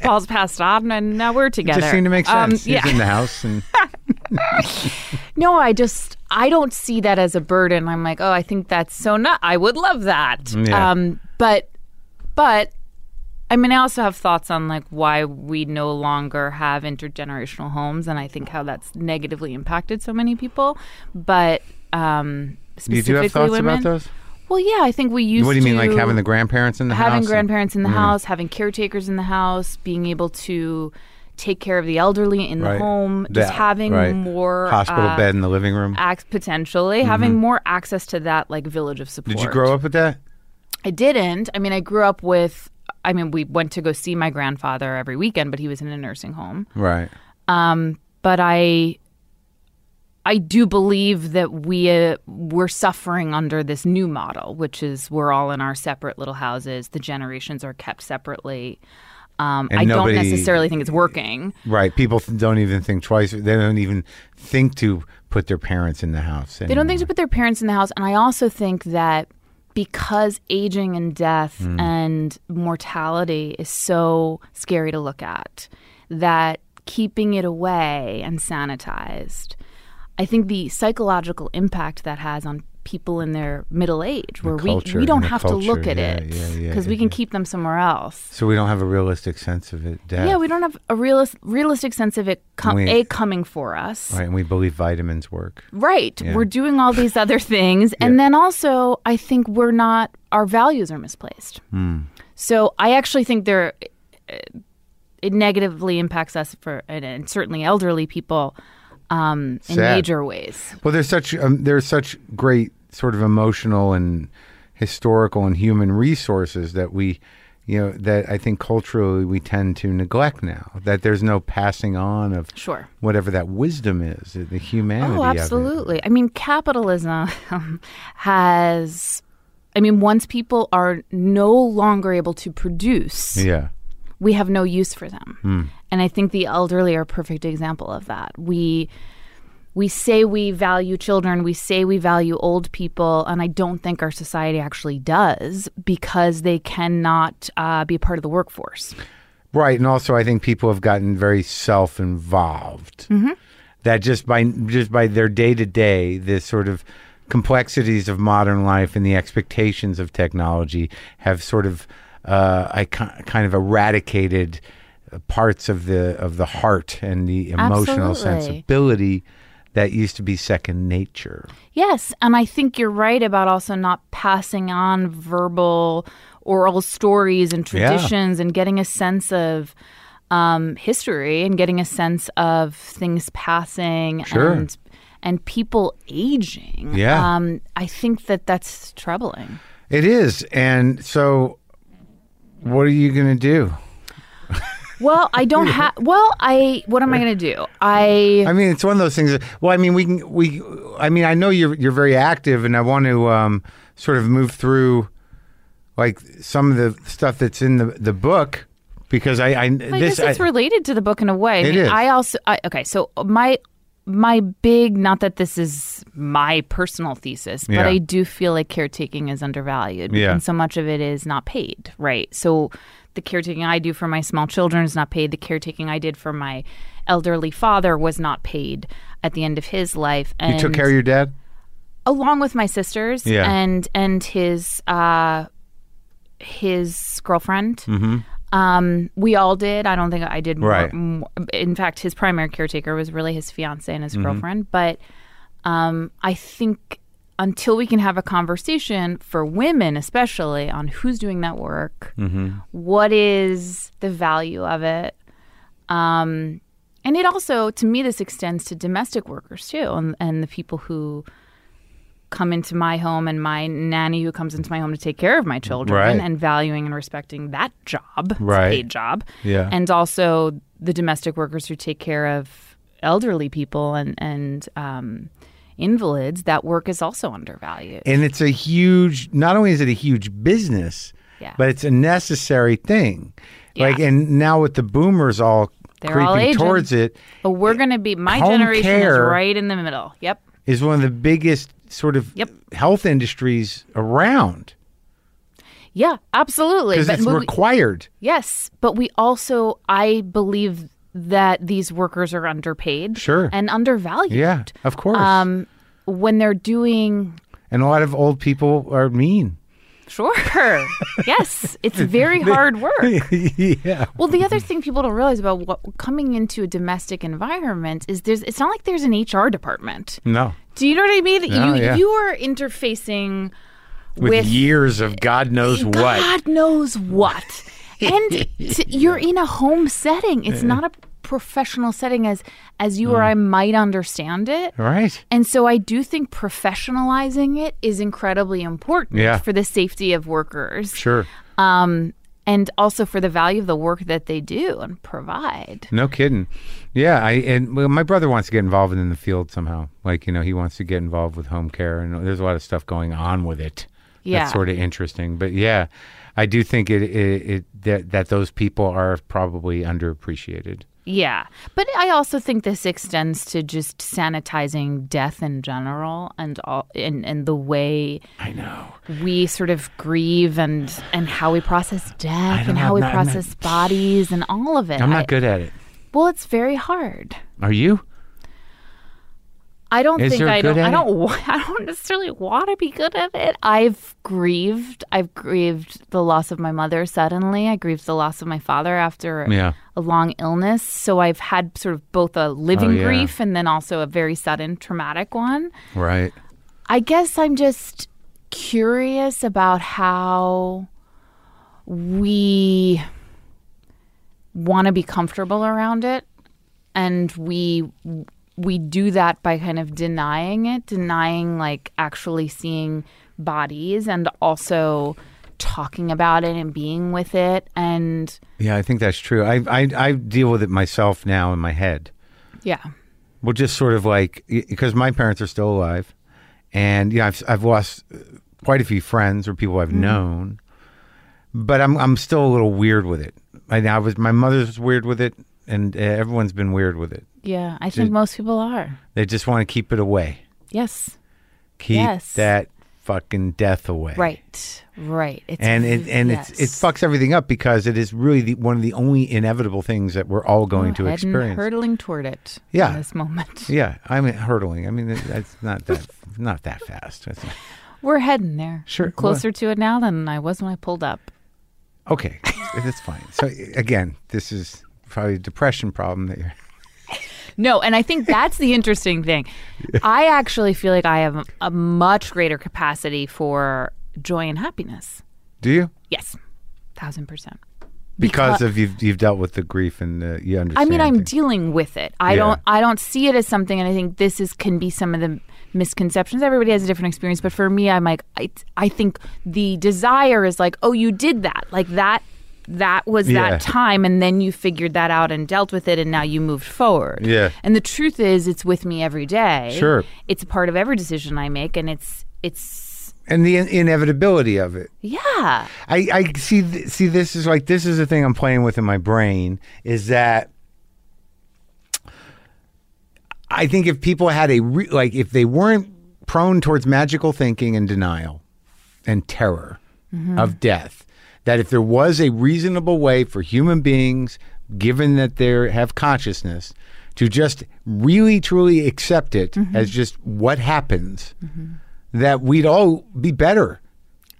B: Paul's passed on, and now we're together.
A: Just seemed to make
B: Um,
A: sense.
B: yeah.
A: He's in the house, and
B: No, I just I don't see that as a burden. I'm like, oh, I think that's so not. I would love that.
A: Yeah.
B: Um, but but I mean, I also have thoughts on like why we no longer have intergenerational homes, and I think how that's negatively impacted so many people. But um, specifically
A: you do have thoughts
B: women.
A: about those.
B: Well, yeah, I think we used.
A: What do you mean, like
B: to-
A: having the grandparents in the house? Mm-hmm.
B: having
A: and-
B: grandparents in the house, having caretakers in the house, being able to take care of the elderly in
A: Right.
B: the home, just
A: That-
B: having
A: right.
B: more
A: hospital
B: uh,
A: bed in the living room.
B: ac- potentially having more access to that like village of support.
A: Mm-hmm. Did you grow up with that?
B: I didn't. I mean, I grew up with. I mean, we went to go see my grandfather every weekend, but he was in a nursing home.
A: Right.
B: Um, but I, I do believe that we uh, we're suffering under this new model, which is we're all in our separate little houses. The generations are kept separately. Um,
A: And
B: I
A: nobody-
B: don't necessarily think it's working.
A: Right. People th- don't even think twice. They don't even think to put their parents in the house.
B: They don't think to put their parents in the house. And I also think that because aging and death
A: Hmm.
B: and mortality is so scary to look at, that keeping it away and sanitized, I think the psychological impact that has on people in their middle age, where
A: culture,
B: we, we don't
A: the
B: have to look
A: culture.
B: at
A: Yeah,
B: it
A: yeah,
B: because
A: yeah,
B: we
A: yeah,
B: can keep them somewhere else.
A: so we don't have a realistic sense of it. Death,
B: Yeah, we don't have a realis- realistic sense of it com-
A: We-
B: a coming for us.
A: Right. And we believe vitamins work.
B: Right. We're doing all these other things. And then also, I think we're not, our values are misplaced. So I actually think they're, uh, it negatively impacts us for, and, and certainly elderly people um, in
A: Sad.
B: major ways.
A: Well, there's such um, there's such great sort of emotional and historical and human resources that we, you know, that I think culturally we tend to neglect now. That there's no passing on of
B: Sure.
A: whatever that wisdom is, the humanity.
B: Oh,
A: of it.
B: absolutely. I mean, capitalism has, I mean, once people are no longer able to produce,
A: Yeah.
B: we have no use for them. And I think the elderly are a perfect example of that. We we say we value children, we say we value old people, and I don't think our society actually does because they cannot uh, be a part of the workforce.
A: Right, and also I think people have gotten very self-involved. That just by just by their day to day, the sort of complexities of modern life and the expectations of technology have sort of uh, I ki- kind of eradicated uh, parts of the of the heart and the emotional
B: Absolutely.
A: sensibility that used to be second nature.
B: Yes, and I think you're right about also not passing on verbal, oral stories and
A: Yeah.
B: traditions, and getting a sense of um, history and getting a sense of things passing
A: Sure.
B: and and people aging.
A: Yeah.
B: um, I think that that's troubling.
A: It is, and so what are you going to do?
B: Well, I don't have. Well, I. What am I going to do? I.
A: I mean, it's one of those things. That, well, I mean, we can we. I mean, I know you're you're very active, and I want to um, sort of move through like some of the stuff that's in the the book because I, I
B: I
A: this
B: guess it's
A: I,
B: related to the book in a way. I
A: It
B: mean,
A: is.
B: I also I, okay. So my my big not that this is my personal thesis but
A: Yeah.
B: i do feel like caretaking is undervalued
A: Yeah.
B: and so much of it is not paid right so the caretaking i do for my small children is not paid the caretaking i did for my elderly father was not paid at the end of his life and
A: You took care of your dad?
B: along with my sisters
A: Yeah.
B: and and his uh his girlfriend um we all did i don't think i did
A: Mm-hmm.
B: more,
A: Right.
B: more- in fact his primary caretaker was really his fiance and his
A: Mm-hmm.
B: girlfriend but um i think until we can have a conversation for women especially on who's doing that work what is the value of it Um, and it also, to me, this extends to domestic workers too, and, and the people who come into my home and my nanny who comes into my home to take care of my children
A: Right.
B: and valuing and respecting that job, It's a
A: Right.
B: paid job.
A: Yeah.
B: And also the domestic workers who take care of elderly people and, and um, invalids, that work is also undervalued.
A: And it's a huge, not only is it a huge business,
B: Yeah.
A: but it's a necessary thing. Like, and now with the boomers all
B: They're all
A: creeping
B: aging.
A: towards it,
B: but we're going to be, my
A: Home
B: generation is
A: care-
B: right in the middle. Yep.
A: is one of the biggest sort of
B: Yep.
A: health industries around
B: Yeah, absolutely.
A: because
B: But-
A: it's
B: but we-
A: required.
B: Yes, but we also, I believe that these workers are underpaid,
A: Sure.
B: and undervalued.
A: yeah, of course.
B: Um, when they're doing,
A: and a lot of old people are mean.
B: sure, yes, it's very hard work.
A: yeah.
B: Well, the other thing people don't realize about what, coming into a domestic environment is there's. It's not like there's an HR department.
A: No.
B: Do you know what I mean?
A: No,
B: you
A: Oh, yeah.
B: you are interfacing
A: With,
B: With-
A: years of God knows what.
B: God knows what. And t- you're in a home setting. It's not a professional setting as as you or I might understand it.
A: Mm. Right.
B: And so I do think professionalizing it is incredibly important
A: Yeah.
B: for the safety of workers.
A: Sure.
B: Um and also for the value of the work that they do and provide.
A: No kidding. Yeah, I and well, my brother wants to get involved in the field somehow. Like you know, he wants to get involved with home care, and there's a lot of stuff going on with it.
B: Yeah.
A: that's sort of interesting. But yeah, I do think it, it, it that that those people are probably underappreciated.
B: Yeah. But I also think this extends to just sanitizing death in general and all and, and the way
A: I know.
B: we sort of grieve and and how we process death
A: don't
B: and
A: know,
B: how
A: I'm
B: we
A: not- I'm not-
B: process bodies and all of it.
A: I'm
B: I-
A: not good at it.
B: well, it's very hard.
A: Are you?
B: I don't
A: Is
B: think
A: there
B: I
A: good at
B: don't. I
A: it?
B: don't. wa- I don't necessarily want to be good at it. I've grieved. I've grieved the loss of my mother suddenly. I grieved the loss of my father after
A: Yeah.
B: a long illness. So I've had sort of both a living
A: Oh, yeah.
B: grief and then also a very sudden traumatic one.
A: Right.
B: I guess I'm just curious about how we want to be comfortable around it and we we do that by kind of denying it denying like actually seeing bodies and also talking about it and being with it and
A: Yeah, I think that's true. I I, I deal with it myself now in my head.
B: yeah
A: Well, just sort of like because my parents are still alive, and you know I've I've lost uh, quite a few friends or people I've
B: Mm-hmm.
A: known, but I'm I'm still a little weird with it. I, I was my mother's weird with it, and uh, everyone's been weird with it.
B: yeah i think
A: Did-
B: most people are
A: They just want to keep it away,
B: yes
A: keep
B: Yes.
A: that fucking death away,
B: right right it's
A: And it and it's it
B: yes.
A: fucks everything up because it is really the, one of the only inevitable things that we're all going to
B: head and
A: experience.
B: hurtling toward it.
A: Yeah.
B: In this moment,
A: yeah, I mean hurtling. I mean it, it's not that not that fast. It's not-
B: we're heading there.
A: Sure.
B: I'm closer to it now than I was when I pulled up.
A: Okay, that's fine. So again, this is probably a depression problem that you're.
B: No, and I think that's the interesting thing. I actually feel like I have a much greater capacity for joy and happiness.
A: Do you?
B: Yes, thousand percent.
A: Because of you've you've dealt with the grief and the, you
B: I
A: understand.
B: mean, I'm
A: things.
B: dealing with it. I
A: Yeah.
B: don't. I don't see it as something, and I think this is can be some of the misconceptions. Everybody has a different experience, but for me, I'm like, I, I think the desire is like, oh, you did that, like that, that was
A: Yeah.
B: that time, and then you figured that out and dealt with it, and now you moved forward.
A: Yeah.
B: And the truth is, it's with me every day.
A: Sure.
B: It's a part of every decision I make, and it's it's
A: and the in- inevitability of it.
B: yeah,
A: I, I see th- see this is like this is the thing I'm playing with in my brain is that I think if people had a re- like if they weren't prone towards magical thinking and denial and terror of death, that if there was a reasonable way for human beings, given that they have consciousness, to just really truly accept it as just what happens, that we'd all be better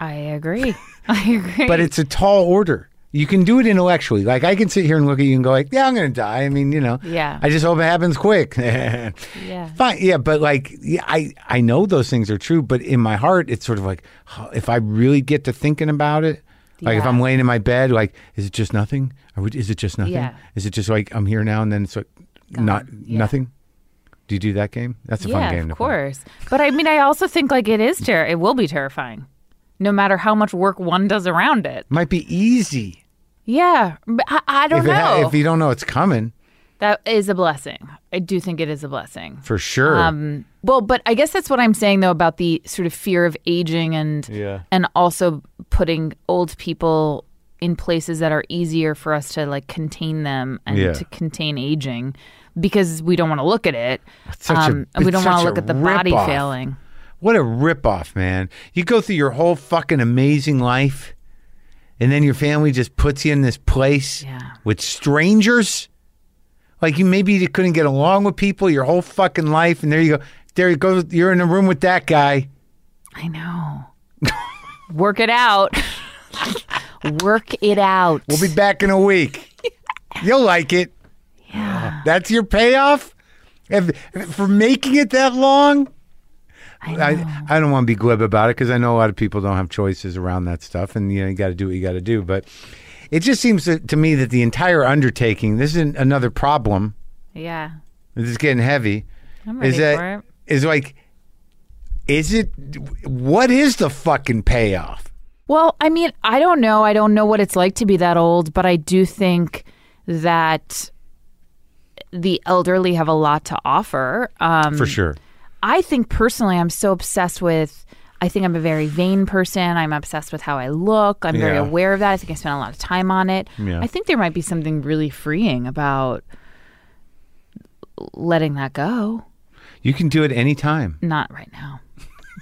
B: I agree. I agree.
A: but it's a tall order. You can do it intellectually. Like I can sit here and look at you and go like, "Yeah, I'm going to die." I mean, you know.
B: Yeah.
A: I just hope it happens quick.
B: yeah.
A: Fine. Yeah, but like, yeah, I I know those things are true, but in my heart, it's sort of like, huh, if I really get to thinking about it, like if
B: Yeah.
A: I'm laying in my bed, like, is it just nothing? Or would- is it just nothing?
B: Yeah.
A: Is it just like I'm here now and then it's like not
B: Yeah.
A: nothing? Do you do that game? That's a
B: yeah,
A: fun game. to
B: of
A: play.
B: course. But I mean, I also think like it is ter- it will be terrifying, no matter how much work one does around it.
A: Might be easy
B: Yeah, but I, I don't
A: if, it ha-
B: know.
A: if you don't know it's coming
B: that is a blessing. I do think it is a blessing.
A: for sure.
B: Um, well, but I guess that's what I'm saying though about the sort of fear of aging and
A: Yeah.
B: and also putting old people in places that are easier for us to like contain them and
A: Yeah.
B: to contain aging because we don't want to look at it. Um,
A: such a-
B: and we
A: it's
B: don't want
A: such
B: to
A: a
B: look at the body
A: rip-off.
B: failing.
A: What a ripoff, man. You go through your whole fucking amazing life, and then your family just puts you in this place
B: Yeah.
A: with strangers. Like you maybe you couldn't get along with people your whole fucking life, and there you go. There you go. You're in a room with that guy.
B: I know. Work it out. Work it out.
A: We'll be back in a week. You'll like it. Yeah. That's your payoff? If, for making it that long? I, I, don't want to be glib about it because I know a lot of people don't have choices around that stuff, and you know you got to do what you got to do. But it just seems to, to me that the entire undertaking this is an, another problem.
B: yeah.
A: This is getting heavy.
B: I'm ready
A: Is that is
B: for it.
A: like, is it? What is the fucking payoff?
B: Well, I mean, I don't know. I don't know what it's like to be that old, but I do think that the elderly have a lot to offer. Um,
A: For sure.
B: I think personally, I'm so obsessed with. I think I'm a very vain person. I'm obsessed with how I look. I'm very
A: Yeah.
B: aware of that. I think I spend a lot of time on it.
A: Yeah.
B: I think there might be something really freeing about letting that go.
A: You can do it any time.
B: Not right now.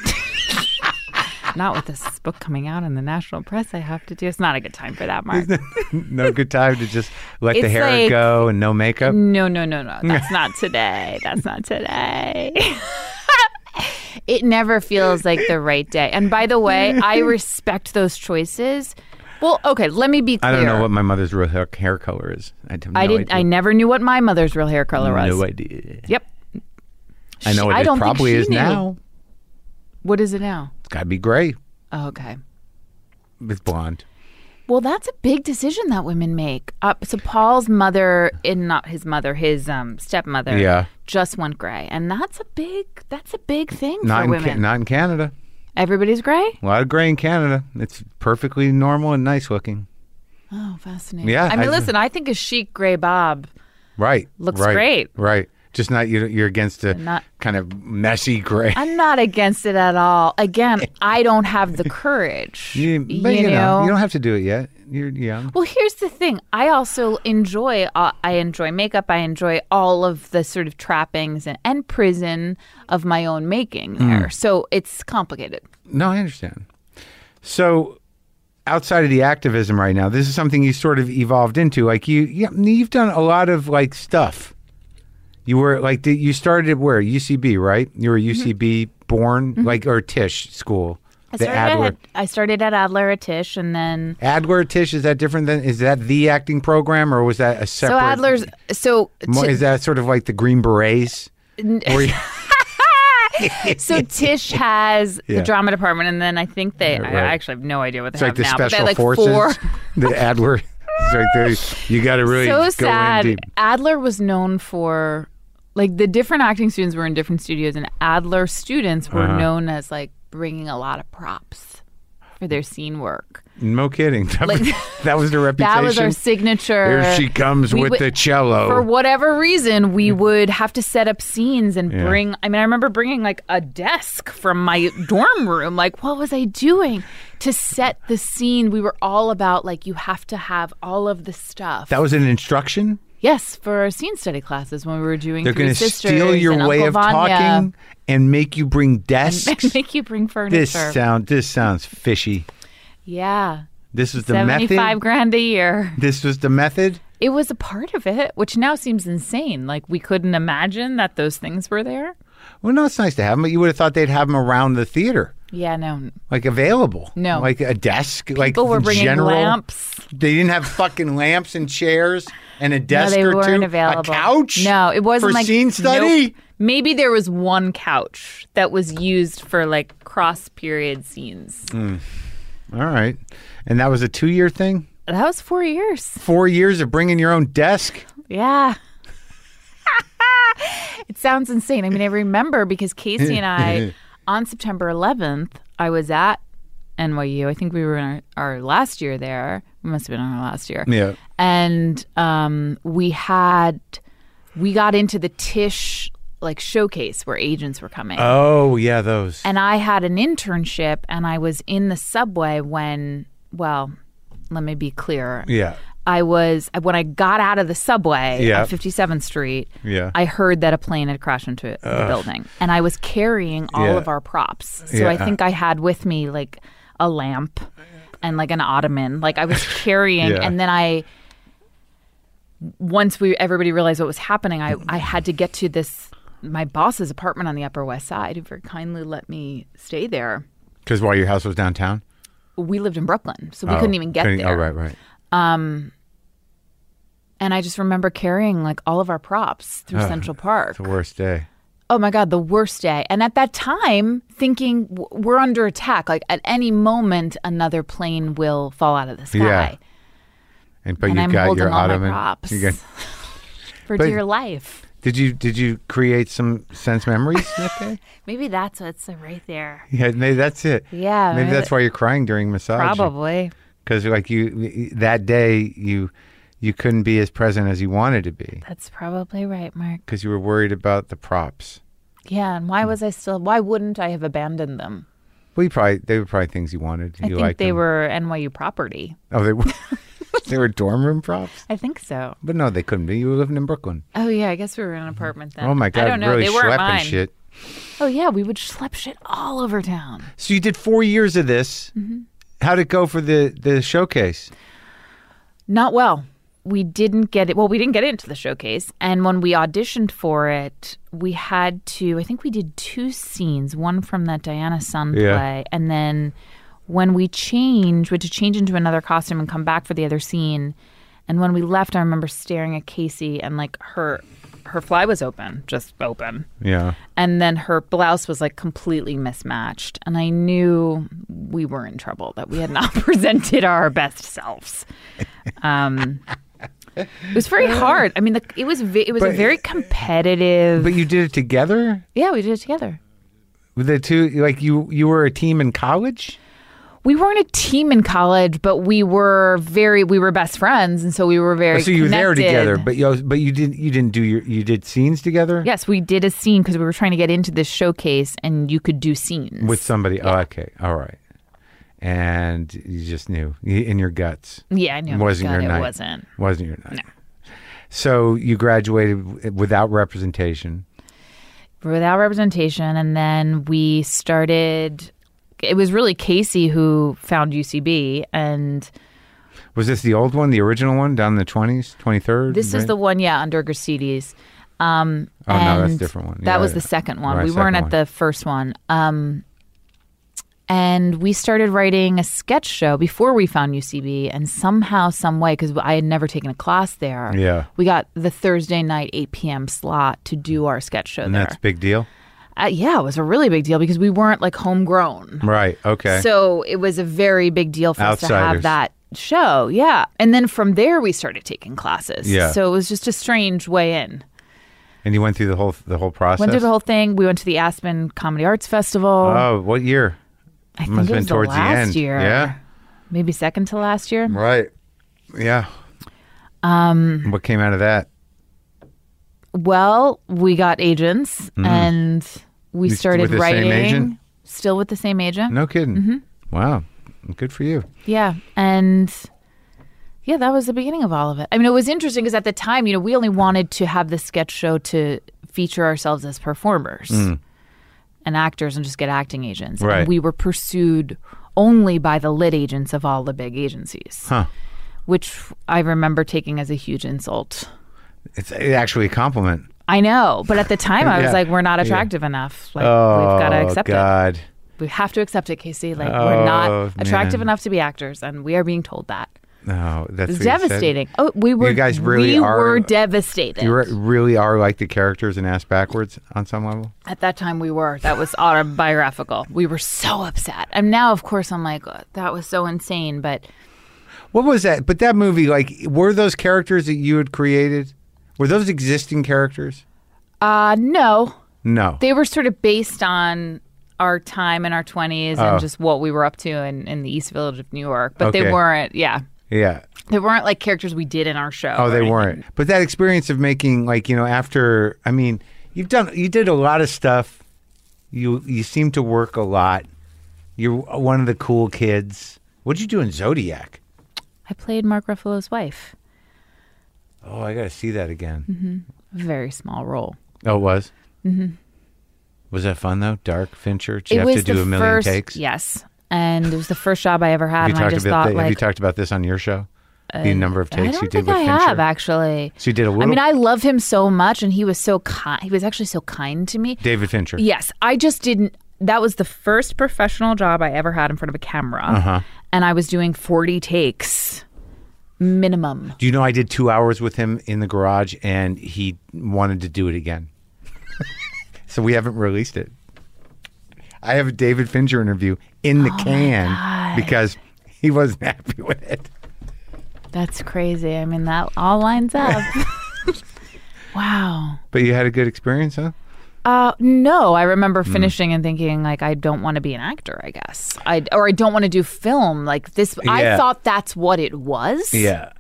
B: Not with this book coming out in the national press. I have to do. It's not a good time for that, Mark.
A: no good time to just let the
B: It's
A: hair
B: like-
A: go and no makeup.
B: No, no, no, no. That's not today. That's not today. it never feels like the right day. And by the way, I respect those choices. Well, okay, let me be
A: I
B: clear.
A: don't know what my mother's real hair, hair color is. I have no
B: I did. I
A: idea.
B: never knew what my mother's real hair color was.
A: no idea.
B: Yep.
A: I know
B: She-
A: what
B: I
A: it
B: don't think
A: probably
B: she
A: is
B: knew.
A: now.
B: What is it now?
A: It's got to be gray.
B: Oh, okay.
A: It's blonde.
B: Well, that's a big decision that women make. Uh, so Paul's mother, and not his mother, his um, stepmother,
A: Yeah.
B: just went gray, and that's a big that's a big thing
A: Not
B: for
A: in,
B: women.
A: Ca- not in Canada.
B: Everybody's gray.
A: A lot of gray in Canada. It's perfectly normal and nice looking.
B: Oh, fascinating.
A: Yeah,
B: I mean,
A: I-
B: listen, I think a chic gray bob.
A: Right.
B: Looks
A: right,
B: great.
A: Right. Just not you. You're against a
B: Not-
A: kind of messy gray.
B: I'm not against it at all. Again, I don't have the courage.
A: You, but you, know, you don't have to do it yet. You're young.
B: Well, here's the thing. I also enjoy. Uh, I enjoy makeup. I enjoy all of the sort of trappings and, and prison of my own making
A: Hmm.
B: there. So it's complicated.
A: No, I understand. So, outside of the activism right now, this is something you sort of evolved into. Like you, yeah, you've done a lot of like stuff. You were like did- you started at where UCB, right? You were
B: Mm-hmm.
A: UCB born, like or Tisch school.
B: I
A: the
B: started,
A: Adler
B: at, I started at Adler at Tisch, and then
A: Adler Tisch is that different than is that the acting program or was that a separate?
B: so Adler's. So
A: Mo- is that sort of like the Green Berets? Or you-
B: So Tish has
A: Yeah.
B: the drama department, and then I think they.
A: Right.
B: I actually have no idea what they
A: it's like
B: have
A: the
B: now. but they
A: special
B: had, like
A: forces.
B: Four.
A: The Adler. It's like there, you got to really
B: so
A: go
B: sad.
A: in deep.
B: Adler was known for, like, the different acting students were in different studios, and Adler students
A: Uh-huh.
B: were known as like bringing a lot of props for their scene work.
A: No kidding. That, was, that was the reputation.
B: That was our signature.
A: Here she comes
B: We
A: with
B: would-
A: the cello.
B: for whatever reason, we would have to set up scenes and
A: Yeah.
B: bring. I mean, I remember bringing like a desk from my dorm room. Like, what was I doing to set the scene? We were all about like, you have to have all of the stuff.
A: that was an instruction.
B: Yes, for our scene study classes when we were doing
A: They're
B: Three
A: going to
B: Sisters
A: steal your
B: and
A: way
B: Uncle
A: of
B: Vanya
A: talking and make you bring desks.
B: and make you bring furniture.
A: this sound this sounds fishy.
B: yeah,
A: This is the
B: seventy-five
A: method.
B: grand a year.
A: This was the method.
B: It was a part of it, which now seems insane. Like we couldn't imagine that those things were there.
A: Well, no, it's nice to have them, but you would have thought they'd have them around the theater,
B: Yeah, no,
A: like available.
B: No.
A: like a desk. like
B: people were
A: the
B: bringing
A: general.
B: lamps.
A: They didn't have fucking lamps and chairs and a
B: No,
A: desk
B: they
A: or two.
B: weren't available.
A: A couch?
B: No, it wasn't
A: for
B: like
A: scene study.
B: nope. Maybe there was one couch that was used for like cross period scenes.
A: Mm. All right, and that was a two-year thing.
B: That was four years.
A: Four years of bringing your own desk.
B: Yeah. it sounds insane. I mean, I remember because Casey and I, on September 11th, I was at NYU. I think we were in our, our last year there. We must have been on our last year.
A: Yeah.
B: And um, we had, we got into the Tish like showcase where agents were coming.
A: Oh yeah, those.
B: And I had an internship and I was in the subway when, well, let me be clear.
A: yeah,
B: I was when I got out of the subway
A: Yeah.
B: on 57th Street.
A: Yeah.
B: I heard that a plane had crashed into the building, and I was carrying all
A: Yeah.
B: of our props. So I
A: Yeah.
B: think I had with me like a lamp and like an ottoman. Like I was carrying,
A: Yeah.
B: and then I once we everybody realized what was happening, I I had to get to this my boss's apartment on the Upper West Side, who very kindly let me stay there.
A: because while your house was downtown,
B: We lived in Brooklyn, so we couldn't even get there.
A: Oh right, right.
B: And I just remember carrying like all of our props through Central Park.
A: The worst day.
B: Oh my God, the worst day. And at that time, thinking w- we're under attack. Like at any moment, another plane will fall out of the sky.
A: And but
B: And
A: you
B: I'm
A: got
B: holding
A: your
B: all my
A: ottoman.
B: props.
A: You got-
B: For
A: But-
B: dear life.
A: did you did you create some sense memories that day?
B: Maybe that's what's right there.
A: Yeah, maybe that's it.
B: Yeah,
A: maybe
B: maybe
A: that's
B: that-
A: why you're crying during massage.
B: Probably.
A: because like you that day you you couldn't be as present as you wanted to be
B: That's probably right, Mark.
A: because you were worried about the props.
B: Yeah. And why was I still, why wouldn't I have abandoned them?
A: Well, you probably they were probably things you wanted.
B: I
A: you
B: think
A: liked
B: they
A: them.
B: were NYU property.
A: Oh, they were. they were dorm room props,
B: I think so.
A: but no, they couldn't be. You were living in Brooklyn.
B: Oh, yeah. I guess we were in an apartment then.
A: Oh my god,
B: I don't know.
A: really
B: they weren't
A: schlepping
B: mine.
A: shit.
B: Oh, yeah. We would schlep shit all over town.
A: So you did four years of this.
B: Mm-hmm.
A: How'd it go for the the showcase?
B: Not well. We didn't get it. Well, we didn't get into the showcase. And when we auditioned for it, we had to, I think we did two scenes, one from that Diana Sun
A: Yeah.
B: play. And then when we changed, we had to change into another costume and come back for the other scene. And when we left, I remember staring at Casey and like her, her fly was open, just open.
A: Yeah,
B: And then her blouse was like completely mismatched. And I knew we were in trouble, that we had not presented our best selves. Um, it was very hard. I mean, the, it was ve- it was a
A: But-
B: very competitive.
A: but you did it together.
B: yeah, we did it together.
A: With the two, like you you were a team in college.
B: We weren't a team in college, but we were very we were best friends, and so we were very.
A: Oh, so you were there
B: connected.
A: together, but you but you didn't you didn't do your you did scenes together.
B: yes, we did a scene because we were trying to get into this showcase, and you could do scenes
A: with somebody. Oh, okay, all right. And you just knew y- in your guts.
B: Yeah, I knew.
A: wasn't
B: God,
A: your
B: it
A: night.
B: wasn't.
A: Wasn't your night. So you graduated w- eh, without representation.
B: without representation and then we started it was really casey who found ucb and
A: Was this the old one, the original one, down in the twenties, twenty third?
B: this is the one yeah under Gracides. um
A: Oh, no, that's
B: and
A: different one. Yeah,
B: that was
A: yeah.
B: the second one
A: Right,
B: we weren't
A: second
B: at
A: one.
B: the first one um and we started writing a sketch show before we found ucb and somehow some way because i had never taken a class there
A: Yeah.
B: we got the thursday night 8 p.m slot to do our sketch show
A: and
B: there
A: that's a big deal,
B: uh, yeah it was a really big deal because we weren't like homegrown
A: right? Okay.
B: So it was a very big deal for us to
A: Outsiders.
B: have that show. Yeah. And then from there, we started taking classes.
A: Yeah.
B: So it was just a strange way in.
A: and you went through the whole the whole process.
B: Went through the whole thing. We went to the Aspen Comedy Arts Festival.
A: oh, what year?
B: I think
A: Must
B: it
A: have been
B: was the
A: towards the,
B: last
A: end.
B: year.
A: Yeah. Mm.
B: Maybe second to last year.
A: Right. Yeah. Um. What came out of that?
B: Well, we got agents and we
A: Mm. You-
B: started
A: with the same
B: writing.
A: agent?
B: Still with the same agent.
A: No kidding. Wow. Good for you.
B: Yeah. And Yeah, that was the beginning of all of it. I mean, it was interesting because at the time, you know, we only wanted to have the sketch show to feature ourselves as performers and actors and just get acting agents.
A: Mm. Right.
B: And we were pursued only by the lit agents of all the big agencies,
A: Huh.
B: which I remember taking as a huge insult.
A: It's actually a compliment.
B: I know, but at the time I was
A: Yeah.
B: like, we're not attractive enough. Like,
A: Oh,
B: we've got to accept it.
A: God.
B: We have to accept it, Casey. Like, we're not
A: Oh,
B: attractive
A: man.
B: enough to be actors, and we are being told that.
A: No, Oh, that's
B: It's
A: what you said.
B: devastating. Oh, we were.
A: guys really
B: we
A: are-
B: were devastated.
A: You re- really are like the characters in Ass Backwards on some level.
B: At that time, we were. That was autobiographical. We were so upset. And now, of course, I'm like, "Ugh, that was so insane. But
A: What was that? But that movie, like, were those characters that you had created? Were those existing characters?
B: uh, no,
A: No.
B: they were sort of based on our time in our 20s
A: Oh.
B: and just what we were up to in, in the East Village of New York. But
A: Okay.
B: they weren't, yeah.
A: yeah.
B: They weren't like characters we did in our show.
A: Oh,
B: or
A: they
B: anything.
A: weren't. But that experience of making, like, you know, after, I mean, you've done, you did a lot of stuff. You you seem to work a lot. You're one of the cool kids. What'd you do in Zodiac?
B: I played Mark Ruffalo's wife.
A: Oh, I got to see that again.
B: Very small role.
A: Oh, it was. Mm-hmm. Was that fun though? Dark Fincher. Did you
B: it
A: have
B: was
A: to do
B: the
A: a million
B: first,
A: takes?
B: Yes. And it was the first job I ever
A: Have
B: had.
A: you,
B: and I
A: talked
B: just
A: about
B: thought,
A: that- have
B: like, Uh,
A: you talked about this on your show? the number of
B: I
A: takes
B: don't
A: you did
B: think
A: with
B: I
A: Fincher.
B: have actually.
A: So you did a
B: I
A: little.
B: mean, I love him so much, and he was so kind. He was actually so kind to me.
A: David Fincher.
B: Yes, I just didn't. That was the first professional job I ever had in front of a camera,
A: Uh-huh.
B: and I was doing forty takes minimum.
A: Do you know I did two hours with him in the garage, and he wanted to do it again. so we haven't released it. I have a David Fincher interview in the can
B: Oh God.
A: because he wasn't happy with it.
B: That's crazy. I mean, that all lines up. wow.
A: But you had a good experience, huh?
B: Uh, no, I remember
A: Mm.
B: finishing and thinking like I don't want to be an actor. I guess I or I don't want to do film like this.
A: Yeah.
B: I thought that's what it was.
A: Yeah.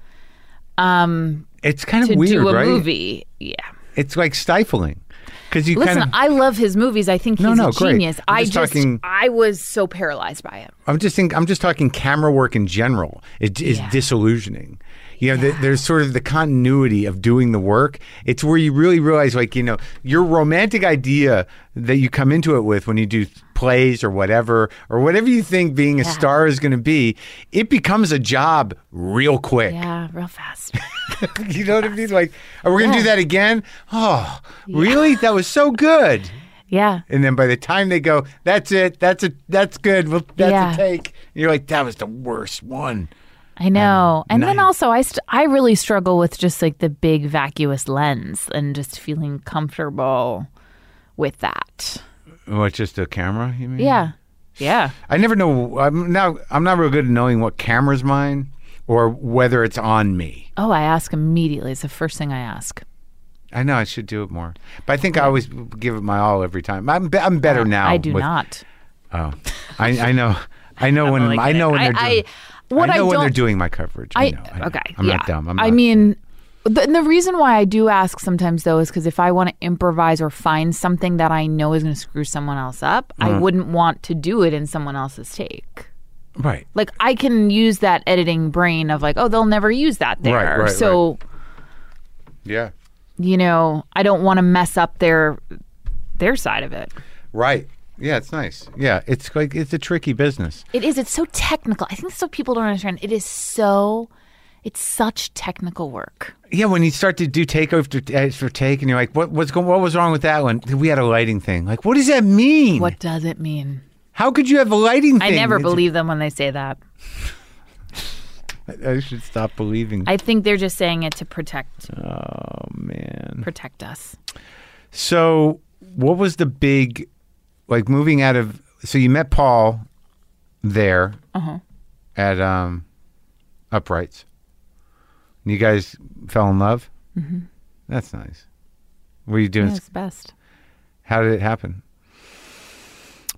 B: Um,
A: It's kind of
B: to
A: weird,
B: do a
A: right?
B: movie. Yeah.
A: It's like stifling because you
B: Listen,
A: kind of.
B: I love his movies. I think he's
A: No, no,
B: a
A: great.
B: genius.
A: I'm
B: I
A: just
B: just,
A: talking-
B: I was so paralyzed by it.
A: I'm just think I'm just talking camera work in general. It is
B: Yeah.
A: disillusioning. You know, th- there's sort of the continuity of doing the work. It's where you really realize, like, you know, your romantic idea that you come into it with when you do plays or whatever, or whatever you think being a star is going to be, it becomes a job real quick.
B: Yeah, real fast.
A: you know what I mean? Like, are we going to do
B: Yeah.
A: that again? Oh, really? That was so good.
B: yeah.
A: And then by the time they go, that's it. That's a that's good. Well, that's
B: Yeah.
A: a take. And you're like, that was the worst one.
B: I know. and then
A: nice.
B: also I st- I really struggle with just like the big vacuous lens and just feeling comfortable with that.
A: What? Oh, Just a camera? You mean?
B: Yeah. Yeah.
A: I never know. I'm now. I'm not real good at knowing what camera's mine or whether it's on me.
B: Oh, I ask immediately. It's the first thing I ask.
A: I know I should do it more, but I think I always give it my all every time. I'm be- I'm better now.
B: I do
A: with-
B: not.
A: Oh, I, I know. I know when
B: really
A: I
B: good
A: know
B: at-
A: when
B: I-
A: they're doing.
B: I- what
A: I
B: I
A: know when they're
B: don't-
A: doing my coverage. I, know. I know.
B: okay.
A: I'm
B: yeah.
A: not dumb. I'm
B: I
A: not-
B: mean, the, and the reason why I do ask sometimes though is because if I want to improvise or find something that I know is going to screw someone else up, I
A: Mm-hmm.
B: wouldn't want to do it in someone else's take.
A: right.
B: Like I can use that editing brain of like, oh, they'll never use that there.
A: Right, right,
B: so
A: Yeah.
B: you know, I don't want to mess up their their side of it.
A: Right. Yeah. It's nice. Yeah. It's like it's a tricky business.
B: It is. It's so technical. I think that's what people don't understand. It is so. It's such technical work.
A: Yeah, when you start to do take after, after take, and you're like, "What what's going? What was wrong with that one? We had a lighting thing. Like, what does that mean?
B: What does it mean?
A: How could you have a lighting
B: I
A: thing?
B: never
A: It's-
B: believe them when they say that.
A: I should stop believing.
B: I think they're just saying it to protect
A: oh man.
B: protect us.
A: So, what was the big, like, moving out of? So you met Paul there
B: Uh-huh.
A: at um, Uprights. And you guys fell in love. Mm-hmm. That's nice. What are you doing?
B: That's best.
A: How did it happen?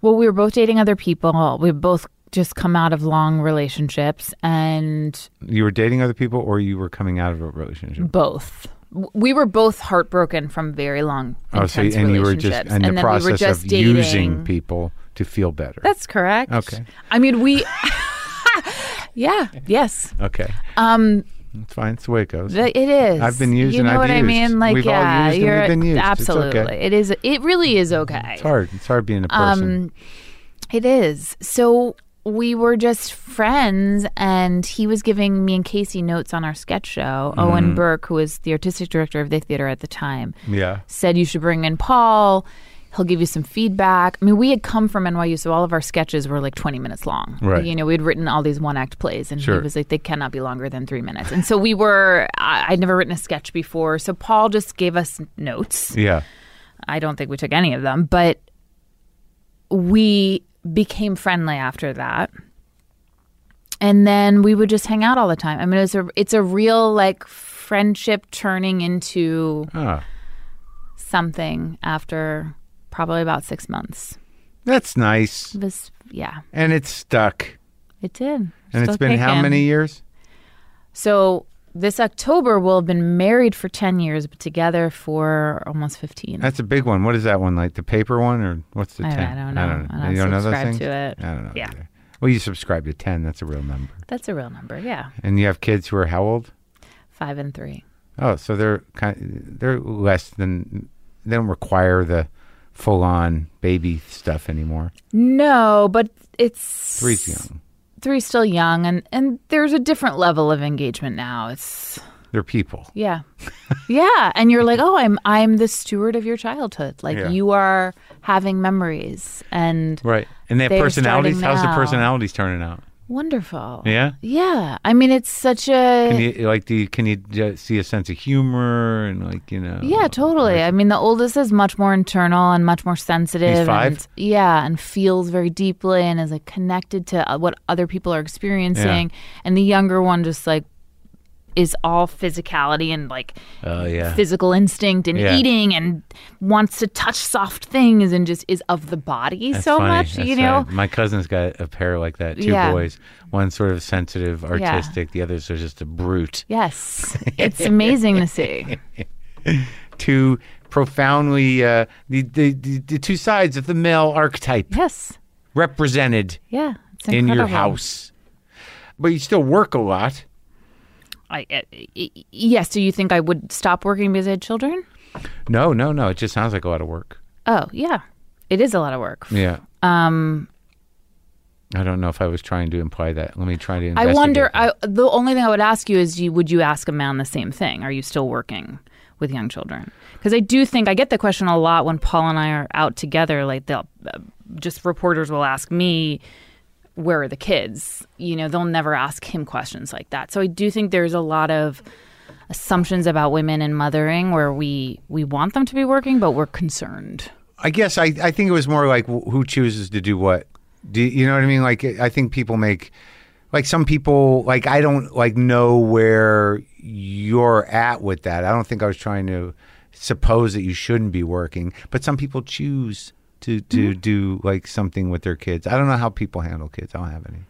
B: Well, we were both dating other people. We both just come out of long relationships and
A: You were dating other people, or you were coming out of a relationship.
B: both. w- We were both heartbroken from very long
A: Oh,
B: intense
A: so and you were just
B: relationships,
A: in the
B: then
A: process
B: we were just
A: of
B: dating.
A: using people to feel better.
B: That's correct.
A: Okay.
B: I mean, we. yeah. Yes.
A: okay.
B: Um,
A: It's fine. It's the way it goes.
B: Th- It is.
A: I've been used
B: You
A: and
B: know
A: I've
B: what I
A: used.
B: mean? Like,
A: We've all
B: yeah,
A: used and
B: you're
A: we've been used. It's okay.
B: absolutely. It is. It really is okay.
A: It's hard. It's hard
B: Um,
A: being a person.
B: It is. So we were just friends, and he was giving me and Casey notes on our sketch
A: Mm-hmm.
B: show. Owen Burke, who was the artistic director of the theater at the time,
A: yeah.
B: said you should bring in Paul. He'll give you some feedback. I mean, we had come from NYU, so all of our sketches were like 20 minutes long.
A: Right.
B: You know, we'd written all these one act plays, and
A: Sure.
B: he was like, they cannot be longer than three minutes. And so we were, I, I'd never written a sketch before. So Paul just gave us notes.
A: Yeah.
B: I don't think we took any of them, but we became friendly after that. And then we would just hang out all the time. I mean, it's a it's a real like friendship turning into
A: Ah,
B: something after probably about six months.
A: that's nice.
B: It was yeah,
A: And it's stuck.
B: it did.
A: And
B: Still
A: it's been how
B: kicking.
A: many years?
B: So this October we'll have been married for ten years, but together for almost fifteen.
A: That's a big one. What is that one like? The paper one or what's the
B: I- I
A: ten?
B: don't know. I don't
A: you don't know those
B: subscribe
A: things?
B: to it.
A: I don't know.
B: Yeah.
A: either. Well, you subscribe to ten. That's a real number.
B: That's a real number, yeah.
A: And you have kids who are how old?
B: Five and three.
A: Oh, so they're kind. They're less than. They don't require the full-on baby stuff anymore.
B: No, but it's
A: Three's young.
B: Three's still young, and and there's a different level of engagement now. It's
A: They're people.
B: yeah, yeah, and you're like, oh, I'm I'm the steward of your childhood. Like
A: Yeah.
B: you are having memories and
A: Right. And they have
B: They're
A: personalities.
B: starting
A: How's the
B: now.
A: personalities turning out?
B: wonderful.
A: Yeah.
B: Yeah, I mean it's such a
A: Can you like? Do you, can you ju- see a sense of humor and like you know?
B: Yeah, totally. I mean, the oldest is much more internal and much more sensitive.
A: He's five?
B: And, yeah, and feels very deeply and is like connected to uh, what other people are experiencing. And the younger one just like is all physicality and like
A: Oh yeah.
B: physical instinct and
A: Yeah.
B: eating and wants to touch soft things and just is of the body
A: That's
B: so
A: funny.
B: much,
A: That's
B: you know?
A: right. My cousin's got a pair like that, two
B: Yeah.
A: boys. One sort of sensitive, artistic, the others are just a brute.
B: Yes, it's amazing to see.
A: Two profoundly uh, the, the, the the two sides of the male archetype
B: Yes,
A: represented
B: yeah, it's
A: in
B: incredible.
A: your house. But you still work a lot.
B: I, I, I, yes. Do you think I would stop working because I had children?
A: No, no, no. It just sounds like a lot of work.
B: Oh, yeah. It is a lot of work.
A: Yeah.
B: Um,
A: I don't know if I was trying to imply that. Let me try to.
B: I wonder.
A: investigate that.
B: I, the only thing I would ask you is, you, would you ask a man the same thing? Are you still working with young children? Because I do think I get the question a lot when Paul and I are out together. Like they'll uh, just reporters will ask me, "Where are the kids?" You know, they'll never ask him questions like that. So I do think there's a lot of assumptions about women and mothering where we we want them to be working, but we're concerned.
A: I guess I, I think it was more like wh- who chooses to do what. Do you- you know what I mean? Like I think people make like some people like I don't like know where you're at with that. I don't think I was trying to suppose that you shouldn't be working, but some people choose to to do like something with their kids. I don't know how people handle kids. I don't have any.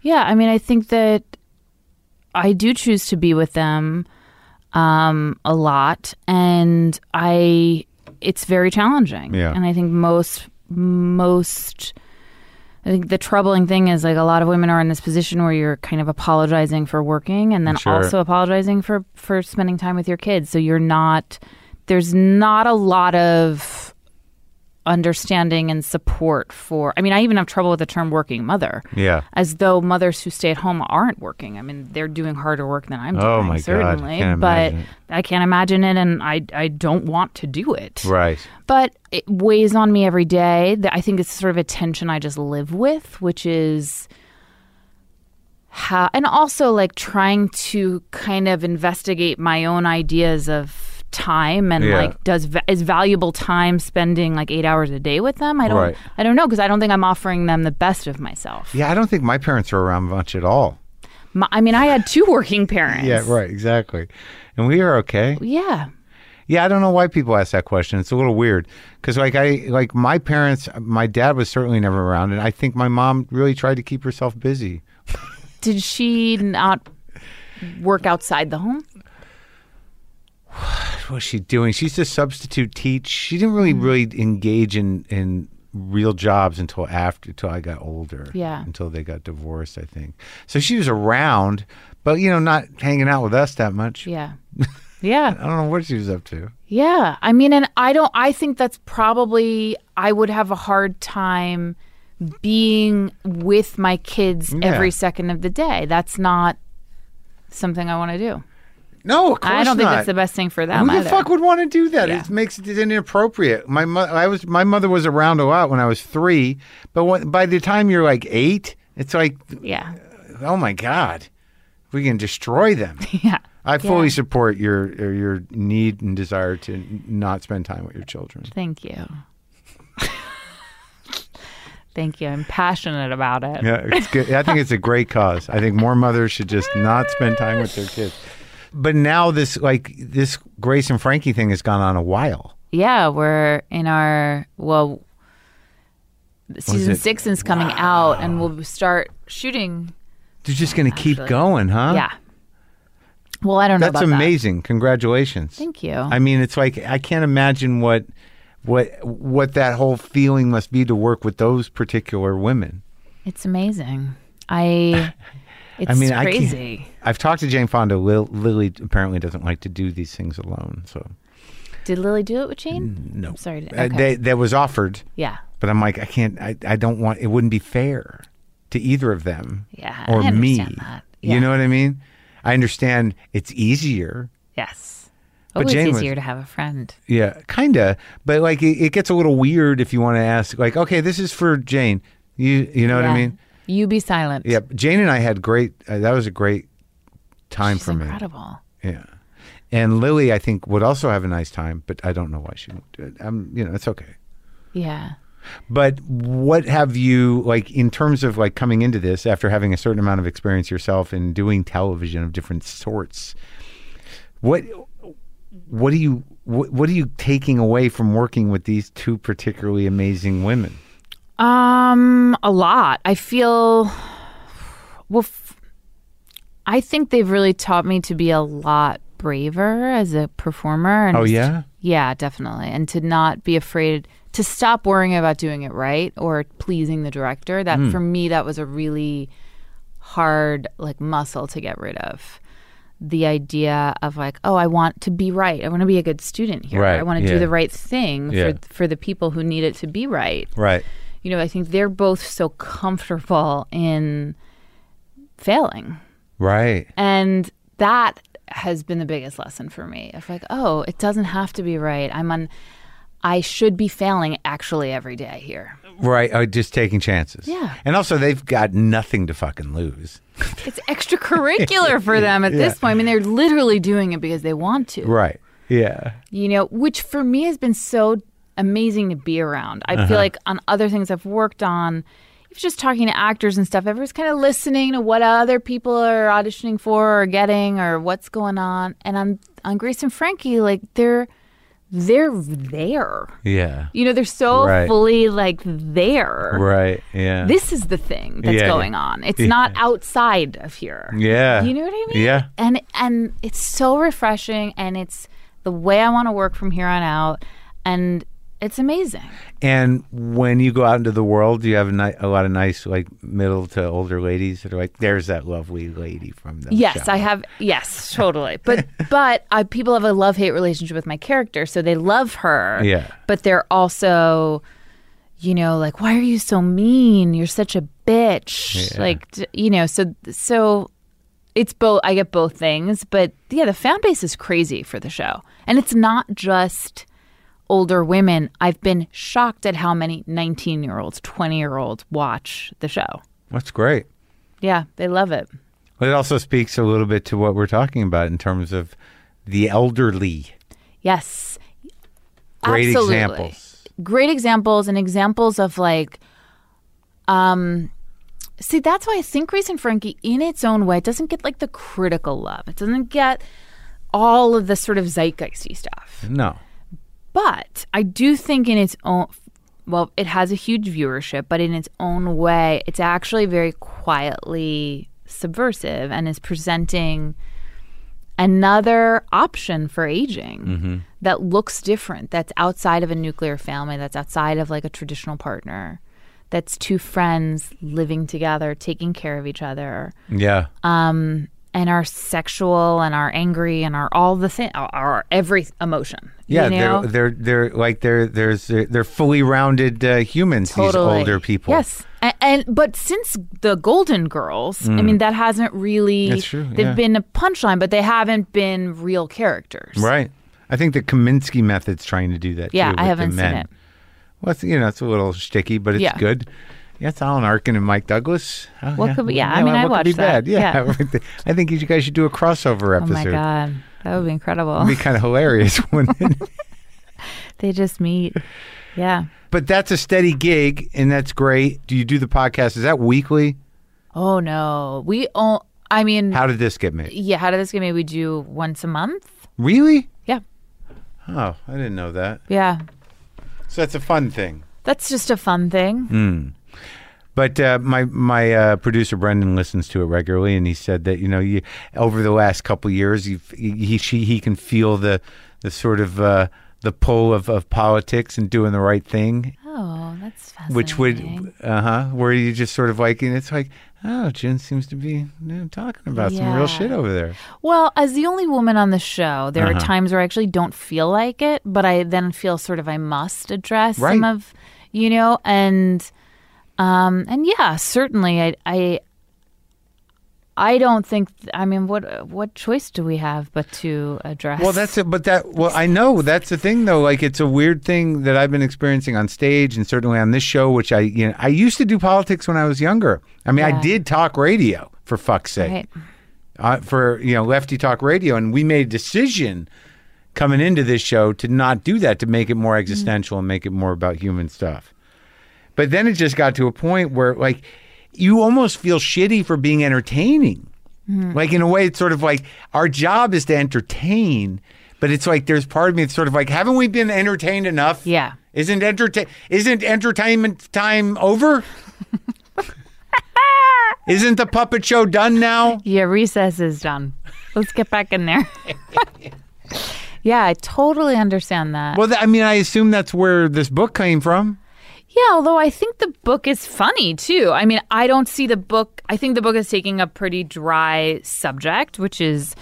B: Yeah, I mean, I think that I do choose to be with them um, a lot, and I it's very challenging.
A: Yeah.
B: and I think most most I think the troubling thing is like a lot of women are in this position where you're kind of apologizing for working, and then
A: Sure.
B: also apologizing for for spending time with your kids. So you're not there's not a lot of understanding and support for I mean I even have trouble with the term working mother
A: Yeah.
B: as though mothers who stay at home aren't working. I mean, they're doing harder work than I'm doing,
A: Oh, my God. I
B: certainly.
A: can't
B: but
A: imagine it.
B: I can't imagine it, and I I don't want to do it.
A: Right.
B: But it weighs on me every day. Th- I think it's sort of a tension I just live with, which is how, and also like trying to kind of investigate my own ideas of time and
A: Yeah.
B: like does va- is valuable time spending like eight hours a day with them? I don't,
A: Right.
B: I don't know because I don't think I'm offering them the best of myself.
A: Yeah, I don't think my parents were around much at all.
B: My, I mean, I had two working parents.
A: Yeah, right, exactly. And we are okay.
B: Yeah.
A: Yeah, I don't know why people ask that question. It's a little weird because, like, I like my parents. My dad was certainly never around, and I think my mom really tried to keep herself busy.
B: Did she not work outside the home? Hmm.
A: What was she doing? She used to substitute teach. She didn't really really engage in in real jobs until after until I got older.
B: Yeah.
A: Until they got divorced, I think. So she was around, but you know, not hanging out with us that much.
B: Yeah. Yeah.
A: I don't know what she was up to.
B: Yeah. I mean, and I don't, I think that's probably, I would have a hard time being with my kids every second of the day. That's not something I want to do.
A: No, of course
B: I don't think
A: not.
B: that's the best thing for them
A: Who the
B: either.
A: fuck would want to do that?
B: Um, Yeah.
A: It makes it inappropriate. My mo- I was my mother was around a lot when I was three, but when, by the time you're like eight, it's like,
B: yeah.
A: oh my god, we can destroy them.
B: Yeah.
A: I fully support your your- your need and desire to n- not spend time with your children.
B: Thank you. Thank you. I'm passionate about it.
A: Yeah, it's good. I think it's a great cause. I think more mothers should just not spend time with their kids. But now this like this Grace and Frankie thing has gone on a while.
B: Yeah, we're in our well season
A: it?
B: six is coming out and we'll start shooting.
A: They're just going to keep
B: Actually.
A: going, huh?
B: Yeah. Well, I don't know
A: That's
B: about that.
A: amazing. Congratulations.
B: Thank you.
A: I mean, it's like I can't imagine what what what that whole feeling must be to work with those particular women.
B: it's amazing. I it's
A: I mean, I can't-
B: crazy.
A: I've talked to Jane Fonda. Lil, Lily apparently doesn't like to do these things alone. So
B: Did Lily do it with Jane?
A: no,
B: I'm sorry. to-
A: Uh,
B: okay.
A: they, that was offered,
B: yeah.
A: but I'm like, I can't. I, I don't want. It wouldn't be fair to either of them.
B: Yeah, I
A: or me.
B: understand that. Yeah.
A: You know what I mean? I understand it's easier.
B: Yes.
A: But
B: Always
A: Jane was-
B: easier to have a friend.
A: Yeah, kinda. But like, it, it gets a little weird if you want to ask. Like, okay, this is for Jane. You you know
B: yeah.
A: what I mean?
B: You be silent.
A: Yeah, Jane and I had great. Uh, that was a great time
B: She's
A: for me.
B: incredible.
A: Yeah, and Lily, I think, would also have a nice time, but I don't know why she won't do it. Um, you know, it's okay.
B: Yeah.
A: But what have you like in terms of like coming into this after having a certain amount of experience yourself in doing television of different sorts? What what do you what, what are you taking away from working with these two particularly amazing women?
B: Um, a lot. I feel well. F- I think they've really taught me to be a lot braver as a performer. And
A: Oh yeah,
B: yeah, definitely, and to not be afraid to stop worrying about doing it right or pleasing the director. That
A: Hmm.
B: for me, that was a really hard like muscle to get rid of. The idea of like, oh, I want to be right. I want to be a good student here.
A: Right,
B: I want to
A: yeah.
B: do the right thing
A: Yeah.
B: for for the people who need it to be right
A: right.
B: you know, I think they're both so comfortable in failing.
A: Right.
B: And that has been the biggest lesson for me of like, oh, it doesn't have to be right. I'm on, I should be failing actually every day here.
A: Right, or just taking chances.
B: Yeah.
A: And also, they've got nothing to fucking lose.
B: It's extracurricular for them at this point. I mean, they're literally doing it because they want to.
A: Right. Yeah.
B: you know, which for me has been so amazing to be around. I
A: Uh-huh.
B: feel like on other things I've worked on, if just talking to actors and stuff, everyone's kind of listening to what other people are auditioning for or getting or what's going on. And on on Grace and Frankie, like they're they're there.
A: Yeah.
B: You know, they're so
A: Right.
B: fully like there.
A: Right. Yeah.
B: This is the thing that's
A: Yeah, yeah.
B: going on. It's not outside of here.
A: Yeah.
B: You know what I mean?
A: Yeah.
B: And and it's so refreshing and it's the way I want to work from here on out and it's amazing.
A: And when you go out into the world, do you have a, ni- a lot of nice, like, middle to older ladies that are like, there's that lovely lady from the
B: Yes,
A: show."
B: I have yes, totally. But but I, people have a love-hate relationship with my character, so they love her.
A: Yeah.
B: But they're also you know, like why are you so mean? You're such a bitch.
A: Yeah.
B: Like d- you know, so so it's both I get both things, but yeah, the fan base is crazy for the show. And it's not just older women. I've been shocked at how many 19-year-olds, 20-year-olds watch the show.
A: That's great.
B: Yeah, they love it.
A: But it also speaks a little bit to what we're talking about in terms of the elderly.
B: Yes.
A: Great
B: Absolutely.
A: examples.
B: Great examples and examples of like um see that's why I think Grace and Frankie in its own way doesn't get like the critical love. It doesn't get all of the sort of zeitgeisty stuff.
A: No.
B: But I do think in its own well, it has a huge viewership, but in its own way, it's actually very quietly subversive and is presenting another option for aging
A: Mm-hmm.
B: that looks different, that's outside of a nuclear family, that's outside of like a traditional partner, that's two friends living together, taking care of each other,
A: Yeah.
B: Uh, and are sexual and are angry and are all the thing, are, are every emotion.
A: yeah,
B: you know?
A: they're they're they're like they're there's they're, they're fully rounded uh, humans. These older people.
B: Yes, and, and but since the Golden Girls, I mean, that hasn't really.
A: Mm. That's true,
B: They've
A: yeah.
B: been a punchline, but they haven't been real characters.
A: Right. I think the Kaminsky method's trying to do that.
B: Yeah,
A: too,
B: I
A: with the
B: haven't seen
A: men.
B: it.
A: Well, it's, you know, it's a little sticky, but it's
B: Yeah.
A: good. Yeah, it's Alan Arkin and Mike Douglas. Oh,
B: What could be- yeah, I mean, I
A: what could be
B: watched that.
A: bad? Yeah, I think you guys should do a crossover
B: Oh
A: episode.
B: my god, that would be incredible.
A: It'd be kind of hilarious, wouldn't it?
B: they just meet. Yeah.
A: But that's a steady gig, and that's great. Do you do the podcast? Is that weekly?
B: Oh no, we. all I mean,
A: How did this get made?
B: yeah. How did this get made? We do once a month.
A: Really?
B: Yeah.
A: Oh, I didn't know that.
B: Yeah.
A: So that's a fun thing.
B: That's just a fun thing.
A: Mm. But uh, my my uh, producer Brendan listens to it regularly, and he said that you know you over the last couple years you've, he she he can feel the the sort of uh, the pull of, of politics and doing the right thing,
B: Oh, that's fascinating.
A: which would uh huh where you just sort of like and it's like oh Jen seems to be you know, talking about some
B: Yeah.
A: real shit over there.
B: Well, as the only woman on the show, there
A: Uh-huh.
B: are times where I actually don't feel like it, but I then feel sort of I must address some
A: Right.
B: of, you know, and um and yeah, certainly I I I don't think I mean what what choice do we have but to address
A: Well, that's it. But that, well, I know that's the thing, though. Like, it's a weird thing that I've been experiencing on stage and certainly on this show, which I, you know, I used to do politics when I was younger. I mean, I
B: Yeah.
A: did talk radio, for fuck's sake,
B: right.
A: uh, for, you know, Lefty Talk Radio. And we made a decision coming into this show to not do that, to make it more existential and make it more about human stuff. But then it just got to a point where, like, you almost feel shitty for being entertaining. Like, in a way, it's sort of like our job is to entertain, but it's like there's part of me that's sort of like, haven't we been entertained enough?
B: Yeah.
A: Isn't entertain isn't entertainment time over? isn't the puppet show done now?
B: Yeah, recess is done. Let's get back in there. yeah, I totally understand that.
A: Well, th- I mean, I assume that's where this book came from.
B: Yeah, although I think the book is funny too. I mean, I don't see the book. I think the book is taking a pretty dry subject, which is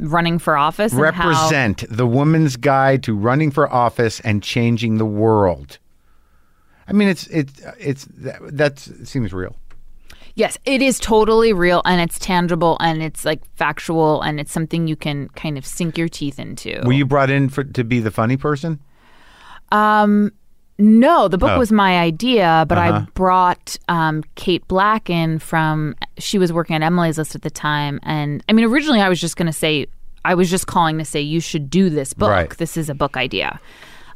B: running for office. and how-
A: Represent the woman's guide to running for office and changing the world. I mean, it's it's it's that that's, it seems real.
B: yes, it is totally real and it's tangible and it's like factual and it's something you can kind of sink your teeth into.
A: Were you brought in for to be the funny person?
B: Um, no, the book
A: Oh.
B: was my idea, but
A: Uh-huh.
B: I brought um, Kate Black in from. She was working at Emily's List at the time, and I mean, originally I was just going to say. I was just calling to say you should do this book.
A: Right.
B: This is a book idea.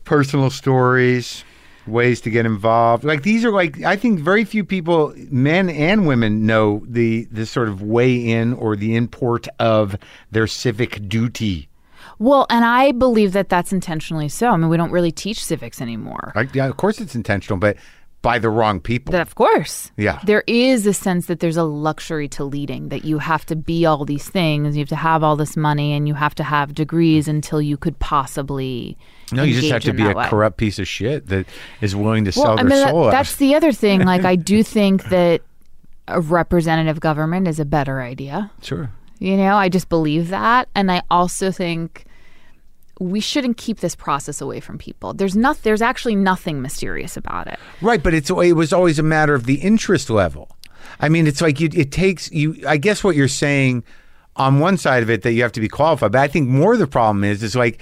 A: Personal stories, ways to get involved. Like these are like I think very few people, men and women, know the the sort of way in or the import of their civic duty.
B: Well, and I believe that that's intentionally so. I mean, we don't really teach civics anymore.
A: Like, yeah, of course, it's intentional, but by the wrong people.
B: That, of course.
A: Yeah.
B: There is a sense that there's a luxury to leading, that you have to be all these things, you have to have all this money, and you have to have degrees until you could possibly.
A: No, you just
B: engage
A: have to
B: in
A: be a
B: that way.
A: corrupt piece of shit that is willing to sell
B: Well, I
A: their
B: mean, that-
A: soul. out.
B: that's the other thing. Like, I do think that a representative government is a better idea.
A: sure.
B: You know, I just believe that. And I also think we shouldn't keep this process away from people. There's not there's actually nothing mysterious about it.
A: Right, but it's it was always a matter of the interest level. I mean, it's like you, it takes you. I guess what you're saying on one side of it that you have to be qualified, but I think more of the problem is is like,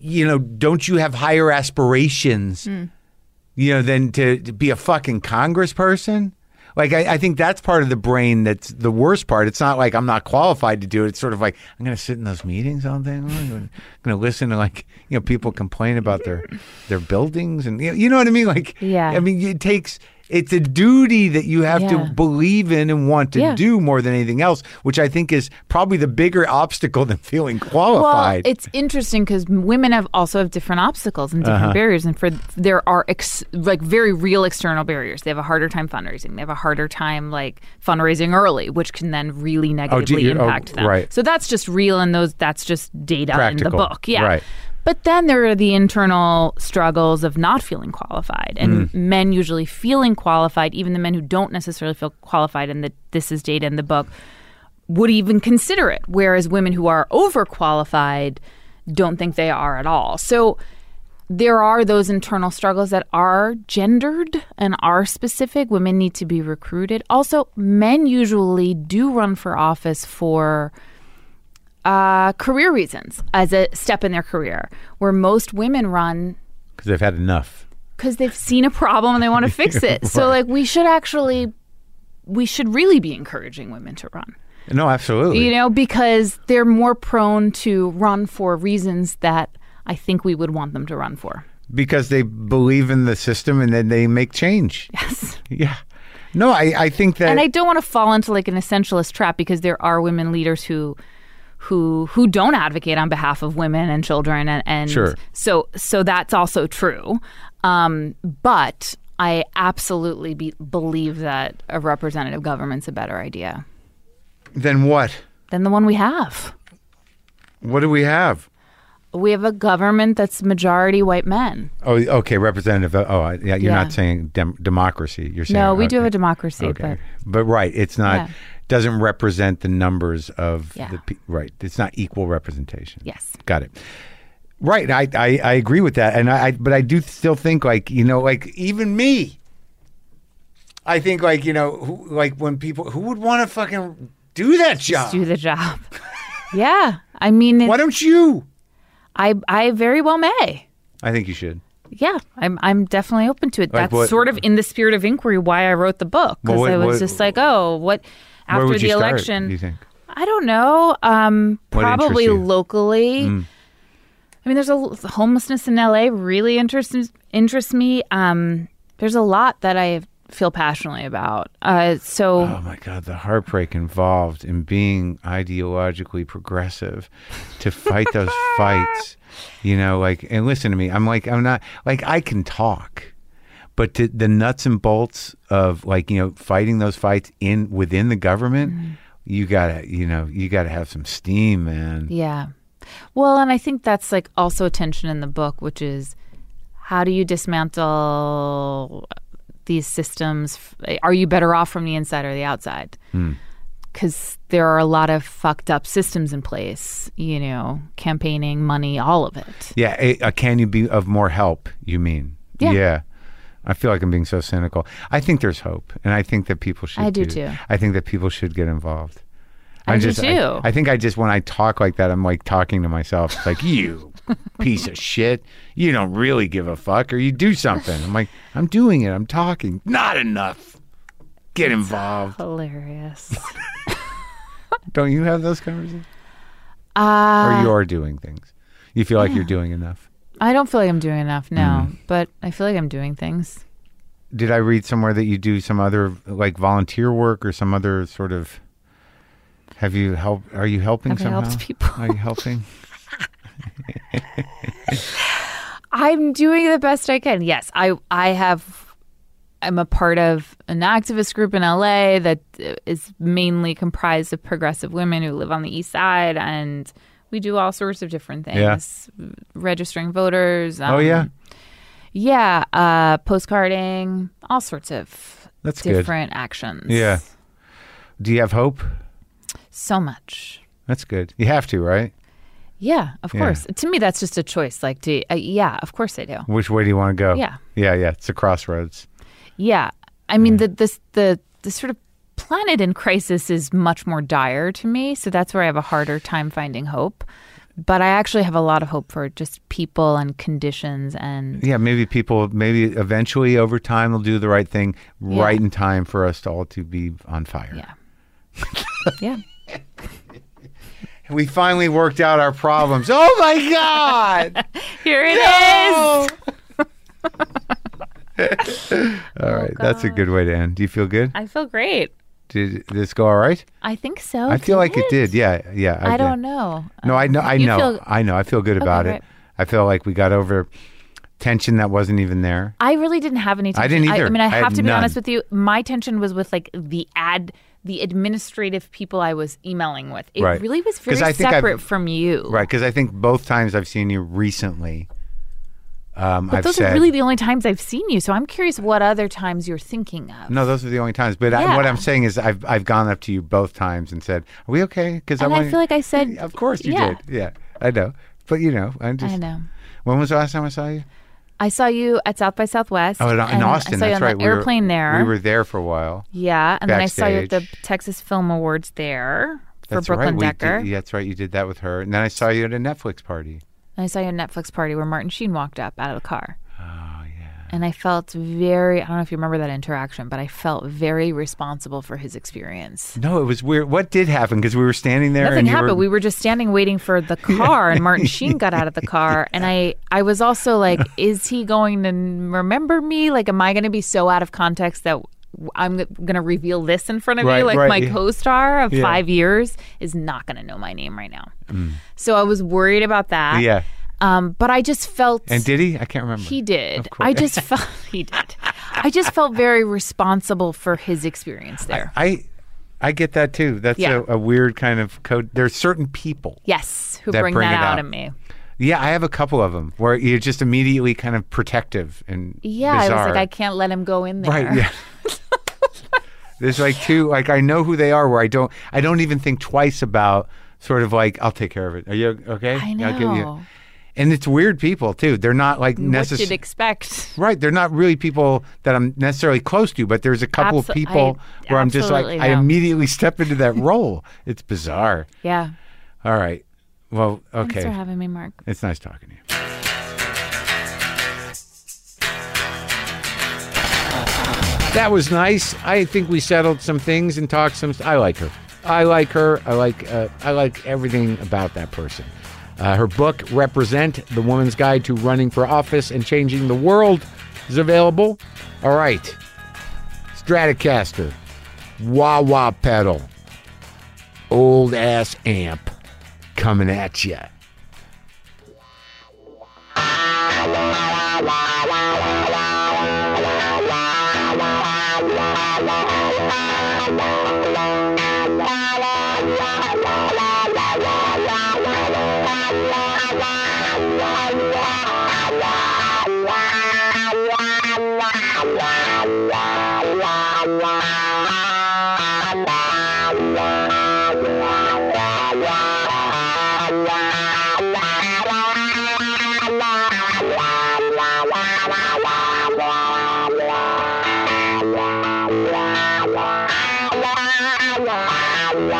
A: you know, don't you have higher aspirations? You know, than to, to be a fucking congressperson. Like I, I think that's part of the brain that's the worst part. It's not like I'm not qualified to do it. It's sort of like I'm going to sit in those meetings all day long. I'm going to listen to like you know people complain about their their buildings and you know, you know what I mean. Like
B: Yeah.
A: I mean, it takes it's a duty that you have
B: Yeah.
A: to believe in and want to
B: Yeah.
A: do more than anything else, which I think is probably the bigger obstacle than feeling qualified.
B: Well, it's interesting because women have also have different obstacles and
A: Uh-huh.
B: different barriers, and for there are ex, like very real external barriers. They have a harder time fundraising. They have a harder time like fundraising early, which can then really negatively
A: you're- oh,
B: impact them.
A: right.
B: So that's just real, and those that's just data in
A: Practical,
B: the book. Yeah.
A: right.
B: But then there are the internal struggles of not feeling qualified, and
A: Mm.
B: men usually feeling qualified, even the men who don't necessarily feel qualified, and that this is data in the book, would even consider it. Whereas women who are overqualified don't think they are at all. So there are those internal struggles that are gendered and are specific. Women need to be recruited. Also, men usually do run for office for uh, career reasons as a step in their career, where most women run
A: because they've had enough.
B: because they've seen a problem and they want to fix it. So, like, we should actually, we should really be encouraging women to run,
A: No, absolutely.
B: you know, because they're more prone to run for reasons that I think we would want them to run for.
A: because they believe in the system and then they make change.
B: Yes.
A: Yeah. No, I, I think that
B: and I don't want to fall into like an essentialist trap because there are women leaders who who who don't advocate on behalf of women and children and, and
A: Sure.
B: so so that's also true um, but I absolutely be, believe that a representative government's a better idea
A: then what?
B: than the one we have
A: What do we have?
B: we have a government that's majority white men
A: Oh, okay, representative. Oh, I- yeah, you're
B: Yeah.
A: not saying dem- democracy. You're saying
B: no we do have
A: okay.
B: a democracy
A: Okay.
B: but
A: But right, it's not
B: Yeah.
A: doesn't represent the numbers of
B: Yeah.
A: the pe- right. It's not equal representation.
B: Yes.
A: got it. Right, I, I I agree with that, and I, I but I do still think like you know like even me. I think like you know who, like when people who would want to fucking do that job.
B: do the job yeah I mean it,
A: Why don't you?
B: I I very well may
A: I think you should.
B: Yeah, I'm I'm definitely open to it.
A: Like
B: That's
A: what-
B: sort of in the spirit of inquiry why I wrote the book because
A: Well, what-
B: I was
A: what-
B: just like, oh, what
A: Where
B: after
A: would
B: the
A: you start,
B: election?
A: do you think?
B: I don't know. Um,
A: What interests
B: probably
A: you? Mm.
B: locally. I mean, there's a l- homelessness in LA really interests interests me. Um, there's a lot that I feel passionately about. Uh, so
A: Oh my God, the heartbreak involved in being ideologically progressive to fight those fights. You know, like, and listen to me, I'm like, I'm not, like, I can talk, but to, the nuts and bolts of, like, you know, fighting those fights in within the government, you gotta, you know, you gotta have some steam, man.
B: Yeah. Well, and I think that's like also a tension in the book, which is how do you dismantle these systems? Are you better off from the inside or the outside? Because there are a lot of fucked up systems in place, you know, campaigning, money, all of it.
A: Yeah, eh, uh, can you be of more help? You mean?
B: Yeah.
A: I feel like I'm being so cynical. I think there's hope, and I think that people should.
B: I do too.
A: I think that people should get involved.
B: I do
A: just,
B: too.
A: I, think I just when I talk like that, I'm like talking to myself. It's like you piece of shit. You don't really give a fuck, or you do something. I'm like, I'm doing it. I'm talking. Not enough. Get involved.
B: Hilarious.
A: Don't you have those conversations?
B: Uh,
A: or you are doing things. You feel like you're doing enough.
B: I don't feel like I'm doing enough now, but I feel like I'm doing things.
A: did I read somewhere that you do some other like volunteer work or some other sort of? Have you help? Are you helping
B: Have I
A: somehow?
B: helped people?
A: Are you helping?
B: I'm doing the best I can. Yes, I I have. I'm a part of an activist group in LA that is mainly comprised of progressive women who live on the East Side, and we do all sorts of different
A: Yeah.
B: things, registering voters.
A: oh
B: um,
A: yeah,
B: yeah, uh, postcarding, all sorts of
A: That's good.
B: different actions.
A: yeah. Do you have hope?
B: so much.
A: That's good. You have to, right?
B: Yeah, of
A: Yeah.
B: course. To me, that's just a choice. Like, do uh, yeah, of course I do.
A: Which way do you want to go?
B: Yeah.
A: yeah, yeah. It's a crossroads.
B: Yeah, I mean the this the the sort of planet in crisis is much more dire to me, so that's where I have a harder time finding hope. But I actually have a lot of hope for just people and conditions and
A: Yeah, maybe people, maybe eventually over time, will do the right thing,
B: Yeah.
A: right in time for us to all to be on fire.
B: yeah, yeah.
A: We finally worked out our problems. oh my god!
B: Here it is.
A: No! All right, that's a
B: Oh,
A: good way to end. Do you feel good?
B: I feel great.
A: Did this go all right?
B: I think so.
A: I feel like it did. Yeah, yeah.
B: I
A: did.
B: don't know.
A: No, I know. I
B: You
A: know.
B: feel-
A: I know. I feel good about
B: right.
A: it. I feel like we got over tension that wasn't even there.
B: I really didn't have any tension.
A: didn't
B: I,
A: either.
B: mean, I,
A: I had
B: have to be
A: none.
B: honest with you. My tension was with like the ad, the administrative people I was emailing with. It
A: Right.
B: really was
A: 'Cause
B: very
A: I think I've-
B: separate from you.
A: Right, because I think both times I've seen you recently, um, I've
B: Those
A: said
B: are really the only times I've seen you. So I'm curious what other times you're thinking of.
A: no. Those are the only times. But I,
B: Yeah.
A: what I'm saying is, I've I've gone up to you both times and said, "Are we okay?" Because
B: And I feel like I said,
A: "Of course you
B: yeah.
A: did." Yeah, I know. But you know, I'm just.
B: I know.
A: When was the last time I saw you?
B: I saw you at South by Southwest.
A: Oh, in, in
B: and
A: Austin.
B: I saw
A: that's
B: you on
A: right.
B: the
A: we
B: airplane
A: were,
B: there.
A: We were there for a while.
B: yeah, and then I saw you at the
A: backstage.
B: Texas Film Awards there for
A: That's right.
B: Brooklyn
A: we did-
B: Decker.
A: yeah, that's right. You did that with her, and then I saw you at a Netflix party.
B: And I saw you at a Netflix party where Martin Sheen walked up out of the car.
A: Oh yeah.
B: And I felt very, I don't know if you remember that interaction, but I felt very responsible for his experience.
A: No, it was weird. What did happen? Because we were standing there.
B: Nothing
A: and you
B: happened.
A: Were,
B: We were just standing waiting for the car, and Martin Sheen got out of the car. And I, I was also like, is he going to n- remember me? Like, am I going to be so out of context that w- I'm going to reveal this in front of
A: Right,
B: you? Like,
A: right,
B: my
A: yeah. Mm.
B: co star of five years is not going to know my name right now. So I was worried about that.
A: Yeah.
B: Um, but I just felt.
A: and did he? I can't remember.
B: He did.
A: course.
B: I just felt he did. I just felt very responsible for his experience there.
A: I, I get that too. That's
B: Yeah.
A: a, a weird kind of code. There's certain people.
B: Yes, who
A: That
B: bring
A: bring
B: that
A: it
B: out
A: out.
B: of me.
A: Yeah, I have a couple of them where you're just immediately kind of protective and
B: Yeah, I was
A: bizarre.
B: like, I can't let him go in there.
A: Right. Yeah. There's like two. Like I know who they are. Where I don't. I don't even think twice about sort of like I'll take care of it. Are you okay?
B: I
A: I'll get you-
B: know.
A: And it's weird people too. They're not like
B: What you'd
A: necessarily
B: expect.
A: right. They're not really people that I'm necessarily close to. But there's a couple
B: Abso-
A: of people
B: I
A: where I'm just like
B: absolutely
A: I
B: know.
A: immediately step into that role. it's bizarre.
B: Yeah.
A: All right. Well,
B: Thanks for
A: okay.
B: having me, Mark.
A: It's nice talking to you. That was nice. I think we settled some things and talked some. I like her. I like her. I like. Uh, I like everything about that person. Uh, her book, Represent: The Woman's Guide to Running for Office and Changing the World, is available. All right, Stratocaster, wah wah pedal, old ass amp, coming at ya.
C: Wow.